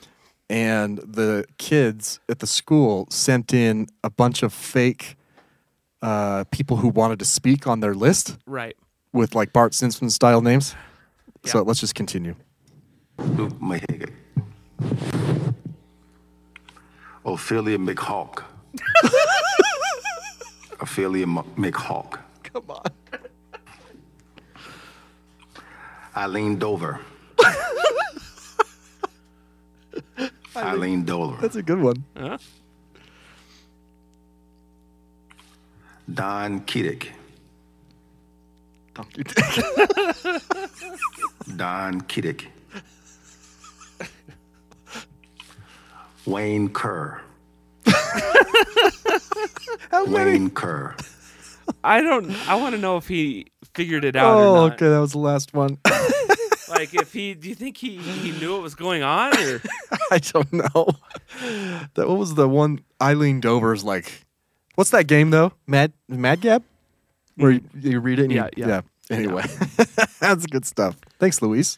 Speaker 8: and the kids at the school sent in a bunch of fake uh, people who wanted to speak on their list
Speaker 7: Right.
Speaker 8: with like Bart Simpson style names. So let's just continue.
Speaker 1: Luke Mahidic. Ophelia McHawk. Ophelia M- McHawk. Come on. Eileen Dover. Eileen Dover.
Speaker 8: That's a good one.
Speaker 1: Don Kedick.
Speaker 8: Donkey
Speaker 1: Don Kedick. Wayne Kerr. Wayne Kerr.
Speaker 7: I don't I want to know if he figured it out
Speaker 8: Oh,
Speaker 7: or not.
Speaker 8: okay. That was the last one.
Speaker 7: Like if he do you think he, he knew what was going on or
Speaker 8: I don't know. That what was the one Eileen Dover's like? What's that game though? Mad Mad Gab, where you, you read it. And
Speaker 7: Mm. Yeah,
Speaker 8: you,
Speaker 7: yeah.
Speaker 8: Anyway, that's good stuff. Thanks, Luis.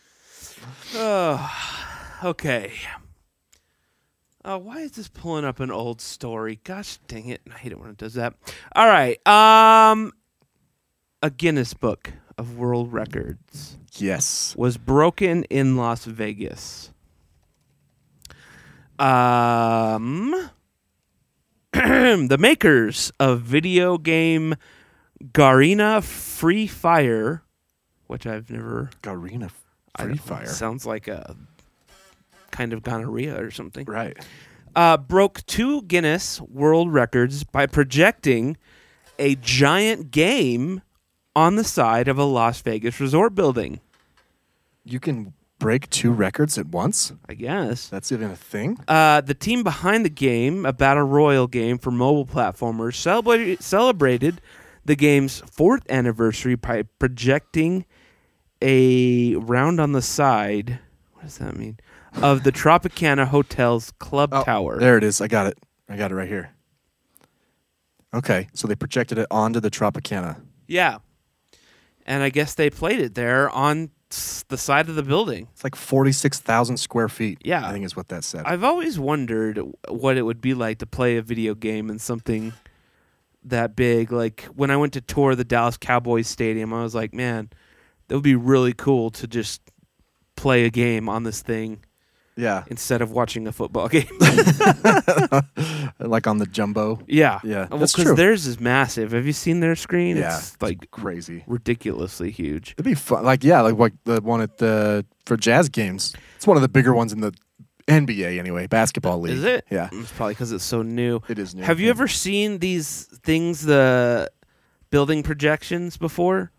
Speaker 7: Okay. Uh, why is this pulling up an old story? Gosh dang it. I hate it when it does that. All right. Um, a Guinness Book of World Records
Speaker 8: Yes.
Speaker 7: was broken in Las Vegas. Um, the makers of video game Garena Free Fire which I've never.
Speaker 8: Garena
Speaker 7: I
Speaker 8: Free
Speaker 7: don't-
Speaker 8: Fire.
Speaker 7: Sounds like a kind of gonorrhea or something.
Speaker 8: Right.
Speaker 7: Uh, broke two Guinness World Records by projecting a giant game on the side of a Las Vegas resort building.
Speaker 8: You can break two records at once?
Speaker 7: I guess.
Speaker 8: That's even a thing?
Speaker 7: Uh, the team behind the game, a battle royal game for mobile platformers, celebrated, celebrated the game's fourth anniversary by projecting a round on the side. What does that mean? Of the Tropicana Hotel's club tower.
Speaker 8: Oh, There it is. I got it. I got it right here. Okay, so they projected it onto the Tropicana.
Speaker 7: Yeah, and I guess they played it there on s- the side of the building.
Speaker 8: It's like 46,000 square feet.
Speaker 7: Yeah.
Speaker 8: I think is what that said.
Speaker 7: I've always wondered what it would be like to play a video game in something that big. Like when I went to tour the Dallas Cowboys stadium, I was like, man, that would be really cool to just play a game on this thing
Speaker 8: yeah,
Speaker 7: instead of watching a football game.
Speaker 8: like on the jumbo.
Speaker 7: yeah.
Speaker 8: Yeah,
Speaker 7: Well,
Speaker 8: that's
Speaker 7: 'cause
Speaker 8: true.
Speaker 7: theirs is massive. Have you seen their screen?
Speaker 8: Yeah,
Speaker 7: It's like
Speaker 8: crazy.
Speaker 7: ridiculously huge.
Speaker 8: It'd be fun. Like yeah, like what the one at the for jazz games. It's one of the bigger ones in the NBA anyway, basketball league.
Speaker 7: Is it?
Speaker 8: Yeah.
Speaker 7: It's probably because it's so new.
Speaker 8: It is new,
Speaker 7: Have you
Speaker 8: yeah.
Speaker 7: ever seen these things, the building projections before?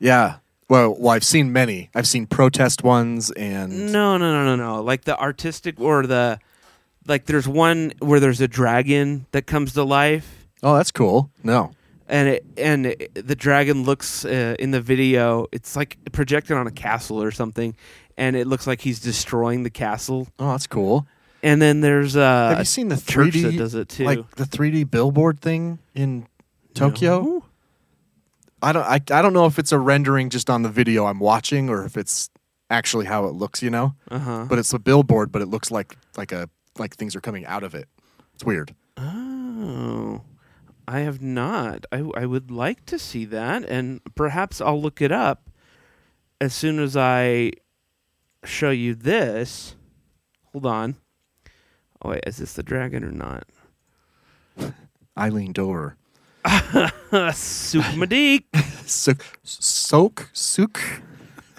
Speaker 8: Yeah. Well, well, I've seen many. I've seen protest ones and
Speaker 7: No, no, no, no, no. Like the artistic or the like there's one where there's a dragon that comes to life
Speaker 8: Oh, that's cool. No.
Speaker 7: and it and it, the dragon looks uh, in the video it's like projected on a castle or something and it looks like he's destroying the castle
Speaker 8: Oh, that's cool.
Speaker 7: and then there's uh
Speaker 8: Have you seen the
Speaker 7: a church
Speaker 8: 3D
Speaker 7: that does it too
Speaker 8: Like the 3D billboard thing in Tokyo?
Speaker 7: No.
Speaker 8: I don't I, I don't know if it's a rendering just on the video I'm watching or if it's actually how it looks, you know?
Speaker 7: Uh-huh.
Speaker 8: But it's a billboard, but it looks like like a like things are coming out of it. It's weird.
Speaker 7: Oh, I have not. I, I would like to see that, and perhaps I'll look it up as soon as I show you this. Hold on. Oh, wait, is this the dragon or not?
Speaker 8: I leaned over.
Speaker 7: Souk Madik.
Speaker 8: Soak soak sook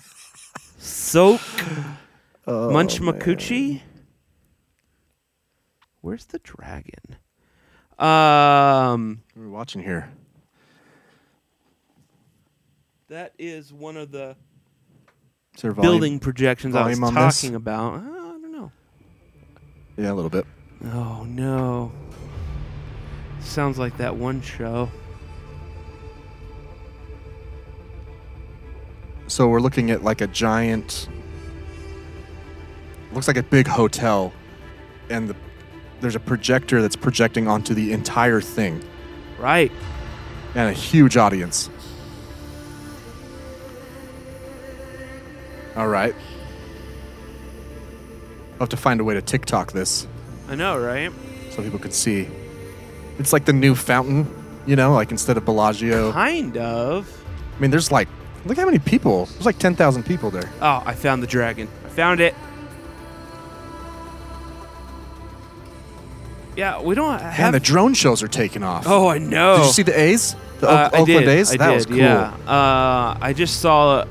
Speaker 7: Soak.
Speaker 8: Oh,
Speaker 7: Munch Makuchi. Where's the dragon? Um,
Speaker 8: we're watching here.
Speaker 7: that is one of the
Speaker 8: Is there volume?
Speaker 7: building projections I was
Speaker 8: volume on this?
Speaker 7: talking about. Uh, I don't know.
Speaker 8: Yeah, a little bit.
Speaker 7: Oh no. Sounds like that one show.
Speaker 8: So we're looking at like a giant looks like a big hotel and the, there's a projector that's projecting onto the entire thing
Speaker 7: Right.
Speaker 8: and a huge audience. All right. I'll have to find a way to TikTok this
Speaker 7: I know, right?
Speaker 8: so people can see. It's like the new fountain, you know, like instead of Bellagio. I
Speaker 7: Kind of.
Speaker 8: mean, there's like, look how many people. There's like 10,000 people there.
Speaker 7: Oh, I found the dragon. I found it. Yeah, we don't
Speaker 8: And
Speaker 7: have
Speaker 8: the drone shows are taking off.
Speaker 7: Oh, I know.
Speaker 8: Did you see the A's? The
Speaker 7: Uh,
Speaker 8: Oak-
Speaker 7: I
Speaker 8: Oakland
Speaker 7: did.
Speaker 8: A's?
Speaker 7: I
Speaker 8: that
Speaker 7: did,
Speaker 8: was cool.
Speaker 7: Yeah. Uh, I just saw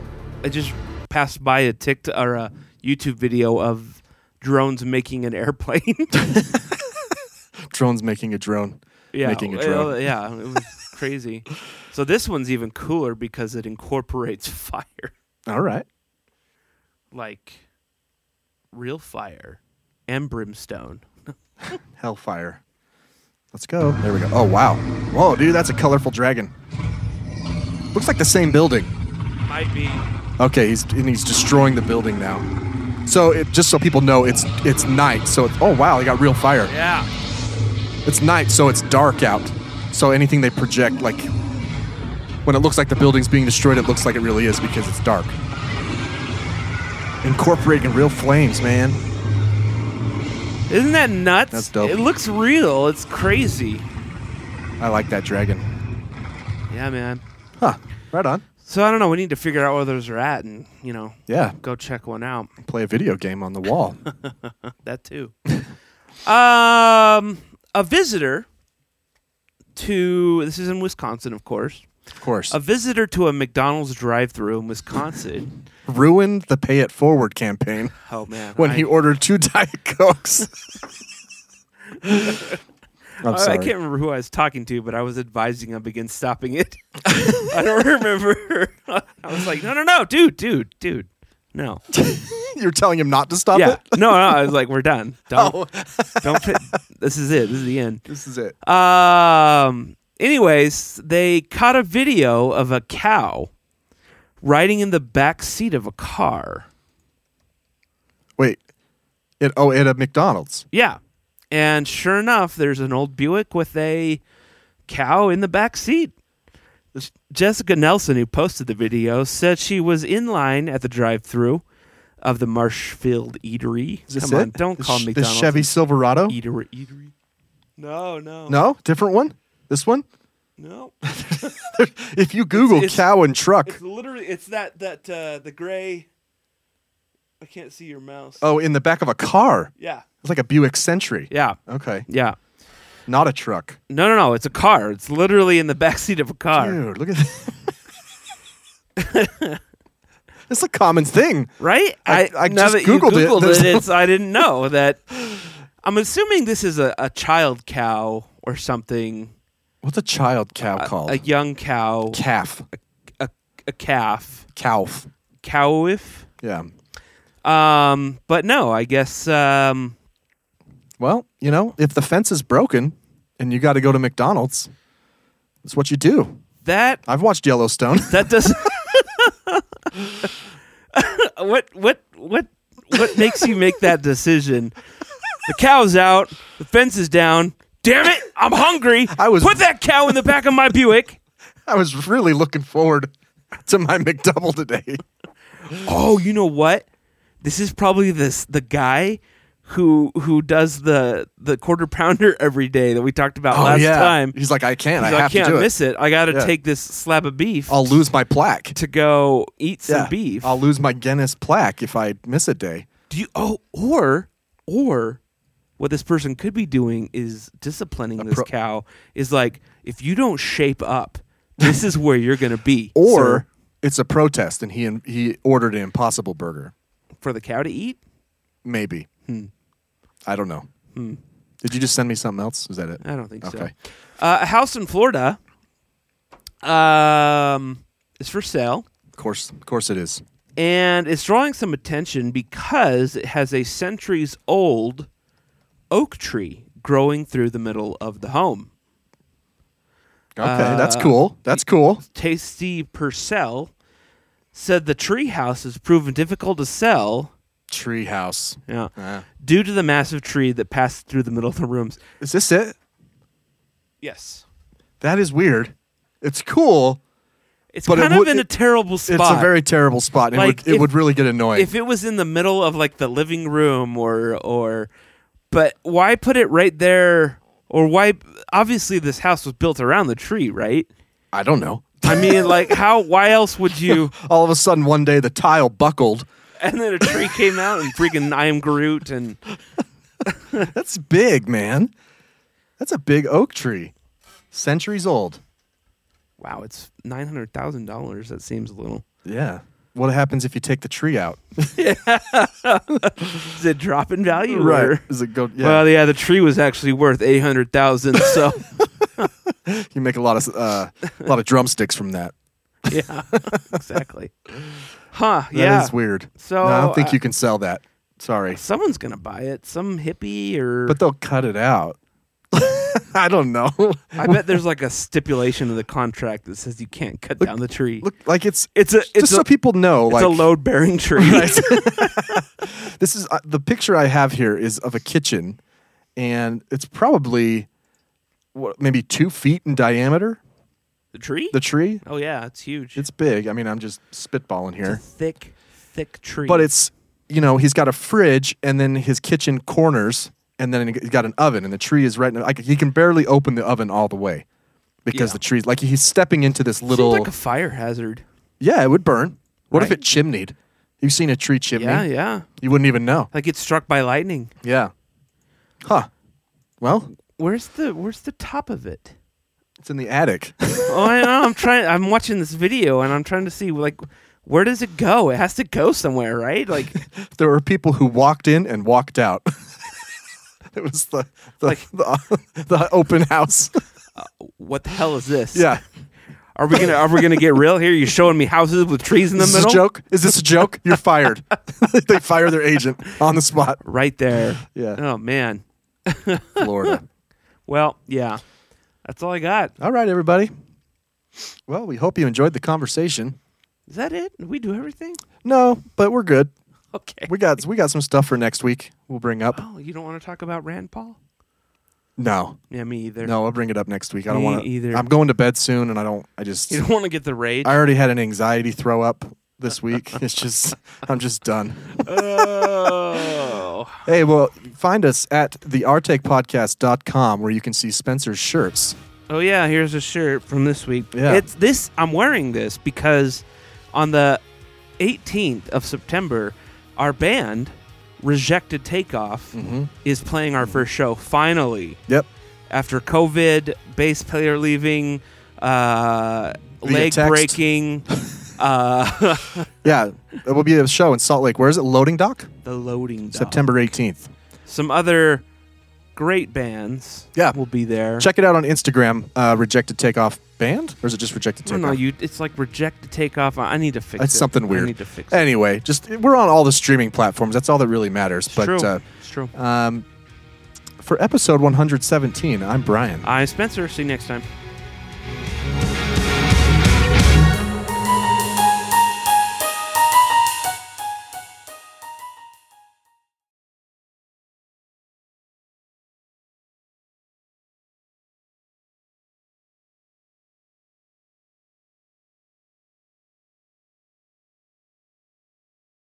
Speaker 7: I just passed by a TikTok or a YouTube video of drones making an airplane.
Speaker 8: Drones making a drone.
Speaker 7: yeah,
Speaker 8: Making a
Speaker 7: well,
Speaker 8: drone.
Speaker 7: yeah, it was crazy. So this one's even cooler because it incorporates fire,
Speaker 8: All right.
Speaker 7: like real fire and brimstone.
Speaker 8: Hellfire. Let's go. There we go. Oh, wow. Whoa, dude, that's a colorful dragon. Looks like the same building.
Speaker 7: Might be.
Speaker 8: Okay, he's and he's destroying the building now. So it, just so people know, it's it's night. So it's, oh wow, they got real fire.
Speaker 7: Yeah.
Speaker 8: It's night, so it's dark out. So anything they project, like when it looks like the building's being destroyed, it looks like it really is because it's dark. Incorporating real flames, man.
Speaker 7: Isn't that nuts?
Speaker 8: That's dope.
Speaker 7: It looks real. It's crazy.
Speaker 8: I like that dragon.
Speaker 7: Yeah, man.
Speaker 8: Huh. Right on.
Speaker 7: So I don't know. We need to figure out where those are at, and you know,
Speaker 8: Yeah.
Speaker 7: go check one out.
Speaker 8: Play a video game on the wall.
Speaker 7: That too. um, a visitor to this is in Wisconsin, of course. Of
Speaker 8: course.
Speaker 7: A visitor to a McDonald's drive-through in Wisconsin.
Speaker 8: Ruined the Pay It Forward campaign.
Speaker 7: Oh, man,
Speaker 8: When he
Speaker 7: I-
Speaker 8: ordered two Diet Cokes. I'm
Speaker 7: I- I,
Speaker 8: sorry.
Speaker 7: can't remember who I was talking to, but I was advising him against stopping it. I don't remember. I was like, no, no, no, dude, dude, dude, no.
Speaker 8: You're telling him not to stop
Speaker 7: yeah,
Speaker 8: it? Oh.
Speaker 7: no, no. I was like, we're done. Don't, don't. Put, this is it. This is the end.
Speaker 8: This is it.
Speaker 7: Um. Anyways, they caught a video of a cow riding in the back seat of a car.
Speaker 8: Wait. It, oh, at a McDonald's.
Speaker 7: Yeah. And sure enough, there's an old Buick with a cow in the back seat. This- Jessica Nelson, who posted the video, said she was in line at the drive-through of the Marshfield Eatery.
Speaker 8: Is this
Speaker 7: Come on,
Speaker 8: it?
Speaker 7: don't
Speaker 8: This
Speaker 7: call
Speaker 8: sh-
Speaker 7: me
Speaker 8: This Chevy Silverado?
Speaker 7: Eatery. Eatery. No, no,
Speaker 8: No? Different one? This one?
Speaker 7: no.
Speaker 8: If you Google
Speaker 7: it's-
Speaker 8: cow and truck.
Speaker 7: It's literally it's that that uh, the gray. I can't see your mouse.
Speaker 8: Oh, in the back of a car.
Speaker 7: Yeah.
Speaker 8: It's like a Buick Century.
Speaker 7: Yeah.
Speaker 8: Okay.
Speaker 7: Yeah.
Speaker 8: Not a truck.
Speaker 7: No, no, no. It's a car. It's literally in the backseat of a car.
Speaker 8: Dude, look at that. it's a common thing.
Speaker 7: right?
Speaker 8: I- I
Speaker 7: now
Speaker 8: just
Speaker 7: that you
Speaker 8: Googled it.
Speaker 7: Googled
Speaker 8: There's
Speaker 7: it.
Speaker 8: no-
Speaker 7: it's, I didn't know that. I'm assuming this is a, a child cow or something,
Speaker 8: What's a child cow called?
Speaker 7: a young cow,
Speaker 8: calf.
Speaker 7: a, a calf,
Speaker 8: Calf.
Speaker 7: cowif.
Speaker 8: Yeah.
Speaker 7: Um, but no, I guess um,
Speaker 8: Well, you know, if the fence is broken and you got to go to McDonald's, that's what you do.
Speaker 7: that
Speaker 8: I've watched Yellowstone.
Speaker 7: that does. what what what what makes you make that decision? The cow's out. The fence is down. Damn it! I'm hungry.
Speaker 8: I was-
Speaker 7: put that cow in the back of my Buick.
Speaker 8: I was really looking forward to my McDouble today.
Speaker 7: Oh, you know what? This is probably this the guy who who does the the quarter pounder every day that we talked about last time.
Speaker 8: Oh, He's like, I can't.
Speaker 7: He's
Speaker 8: I
Speaker 7: like,
Speaker 8: have
Speaker 7: can't
Speaker 8: to do
Speaker 7: miss
Speaker 8: it.
Speaker 7: it. I got to
Speaker 8: Yeah.
Speaker 7: take this slab of beef
Speaker 8: I'll lose my plaque.
Speaker 7: to go eat some
Speaker 8: Yeah.
Speaker 7: beef.
Speaker 8: I'll lose my Guinness plaque if I miss a day.
Speaker 7: Do you? Oh, or or what this person could be doing is disciplining this
Speaker 8: pro-
Speaker 7: cow. Is like if you don't shape up, this is where you're going to be.
Speaker 8: Or
Speaker 7: sir,
Speaker 8: it's a protest and he he ordered an impossible burger.
Speaker 7: for the cow to eat.
Speaker 8: Maybe. I don't know. Did you just send me something else? Is that it?
Speaker 7: I don't think
Speaker 8: Okay.
Speaker 7: so. Uh, a house in Florida um, is for sale
Speaker 8: Of course, of course it is.
Speaker 7: and it's drawing some attention because it has a centuries old oak tree growing through the middle of the home.
Speaker 8: Okay,
Speaker 7: Uh,
Speaker 8: that's cool. That's cool.
Speaker 7: Tasty Purcell said the tree house has proven difficult to sell.
Speaker 8: Treehouse.
Speaker 7: Yeah.
Speaker 8: Ah.
Speaker 7: Due to the massive tree that passed through the middle of the rooms.
Speaker 8: Is this it?
Speaker 7: Yes.
Speaker 8: That is weird. It's cool.
Speaker 7: It's
Speaker 8: But it
Speaker 7: kind
Speaker 8: would-
Speaker 7: of in a
Speaker 8: it-
Speaker 7: terrible spot.
Speaker 8: It's a very terrible spot. And
Speaker 7: Like,
Speaker 8: it would, it
Speaker 7: if-
Speaker 8: would really get annoying.
Speaker 7: if it was in the middle of like the living room or or but why put it right there or why obviously this house was built around the tree right
Speaker 8: I don't know.
Speaker 7: i mean like how why else would you
Speaker 8: All of a sudden, one day the tile buckled.
Speaker 7: and then a tree came out and freaking i am groot and
Speaker 8: That's big, man. That's a big oak tree, centuries old.
Speaker 7: wow it's $900000 that seems a little
Speaker 8: Yeah. What happens if you take the tree out?
Speaker 7: is it drop in value or-
Speaker 8: Is it go? Yeah.
Speaker 7: well yeah the tree was actually worth 800000 so
Speaker 8: you make a lot of uh, a lot of drumsticks from that.
Speaker 7: yeah exactly huh
Speaker 8: That is
Speaker 7: yeah
Speaker 8: weird.
Speaker 7: So,
Speaker 8: No, I don't think
Speaker 7: uh,
Speaker 8: you can sell that. Sorry,
Speaker 7: someone's gonna buy it some hippie or
Speaker 8: but they'll cut it out. I don't know.
Speaker 7: I bet there's like a stipulation in the contract that says you can't cut down the tree.
Speaker 8: Look, like it's
Speaker 7: it's a it's
Speaker 8: just
Speaker 7: a,
Speaker 8: so people know.
Speaker 7: it's
Speaker 8: like
Speaker 7: a load bearing tree.
Speaker 8: this is uh, the picture I have here is of a kitchen, and it's probably what maybe two feet in diameter.
Speaker 7: the tree?
Speaker 8: The tree.
Speaker 7: oh yeah, it's huge.
Speaker 8: It's big. I mean, I'm just spitballing
Speaker 7: a
Speaker 8: here.
Speaker 7: thick, thick tree.
Speaker 8: But it's, you know, he's got a fridge and then his kitchen corners and then he's got an oven and the tree is right in like he can barely open the oven all the way because
Speaker 7: Yeah.
Speaker 8: the tree's like he's stepping into this little
Speaker 7: Seems like a fire hazard.
Speaker 8: Yeah, it would burn. What if
Speaker 7: Right.
Speaker 8: it chimneyed? You've seen a tree chimney.
Speaker 7: Yeah, yeah.
Speaker 8: You wouldn't even know.
Speaker 7: Like it's struck by lightning.
Speaker 8: Yeah. Huh. Well,
Speaker 7: Where's the where's the top of it?
Speaker 8: It's in the attic.
Speaker 7: oh, I know. I'm trying. I'm watching this video and I'm trying to see like where does it go? It has to go somewhere, right? Like
Speaker 8: there were people who walked in and walked out. it was the the, the the open house.
Speaker 7: what the hell is this?
Speaker 8: Yeah.
Speaker 7: Are we gonna Are we gonna get real here? You're showing me houses with trees in the
Speaker 8: Is this
Speaker 7: middle.
Speaker 8: a joke? Is this a joke? You're fired. they fire their agent on the spot.
Speaker 7: Right there.
Speaker 8: Yeah.
Speaker 7: Oh man.
Speaker 8: Florida.
Speaker 7: Well, yeah. That's all I got.
Speaker 8: All right, everybody. Well, we hope you enjoyed the conversation.
Speaker 7: Is that it? Did we do everything?
Speaker 8: No, but we're good.
Speaker 7: Okay.
Speaker 8: We got we got some stuff for next week. We'll bring up.
Speaker 7: Oh, you don't want to talk about Rand Paul?
Speaker 8: No,
Speaker 7: Yeah, me either.
Speaker 8: no, I'll bring it up next week. I
Speaker 7: Me
Speaker 8: don't want
Speaker 7: either.
Speaker 8: I'm going to bed soon, and I don't. I just.
Speaker 7: You don't want to get the rage.
Speaker 8: I already had an anxiety throw up this week. it's just. I'm just done.
Speaker 7: oh.
Speaker 8: Hey, well, find us at theartakepodcast.com where you can see Spencer's shirts.
Speaker 7: Oh yeah, here's a shirt from this week.
Speaker 8: Yeah.
Speaker 7: It's this I'm wearing this because on the 18th of September, our band Rejected Takeoff
Speaker 8: Mm-hmm.
Speaker 7: is playing our first show finally
Speaker 8: Yep.
Speaker 7: after COVID, bass player leaving, uh, leg
Speaker 8: text.
Speaker 7: breaking, uh,
Speaker 8: Yeah, it will be a show in Salt Lake. Where is it? Loading Dock?
Speaker 7: the loading dock.
Speaker 8: September 18th.
Speaker 7: Some other great bands
Speaker 8: Yeah.
Speaker 7: will be there.
Speaker 8: Check it out on Instagram, uh, Rejected Takeoff Band, or is it just Rejected
Speaker 7: I don't
Speaker 8: Takeoff?
Speaker 7: know, you. It's like rejected takeoff. I I need to fix
Speaker 8: That's
Speaker 7: it.
Speaker 8: something weird.
Speaker 7: I need to fix it.
Speaker 8: anyway, just we're on all the streaming platforms. That's all that really matters.
Speaker 7: It's
Speaker 8: but
Speaker 7: true.
Speaker 8: Uh,
Speaker 7: it's true.
Speaker 8: um, for episode 117, I'm Brian.
Speaker 7: I'm Spencer. See you next time.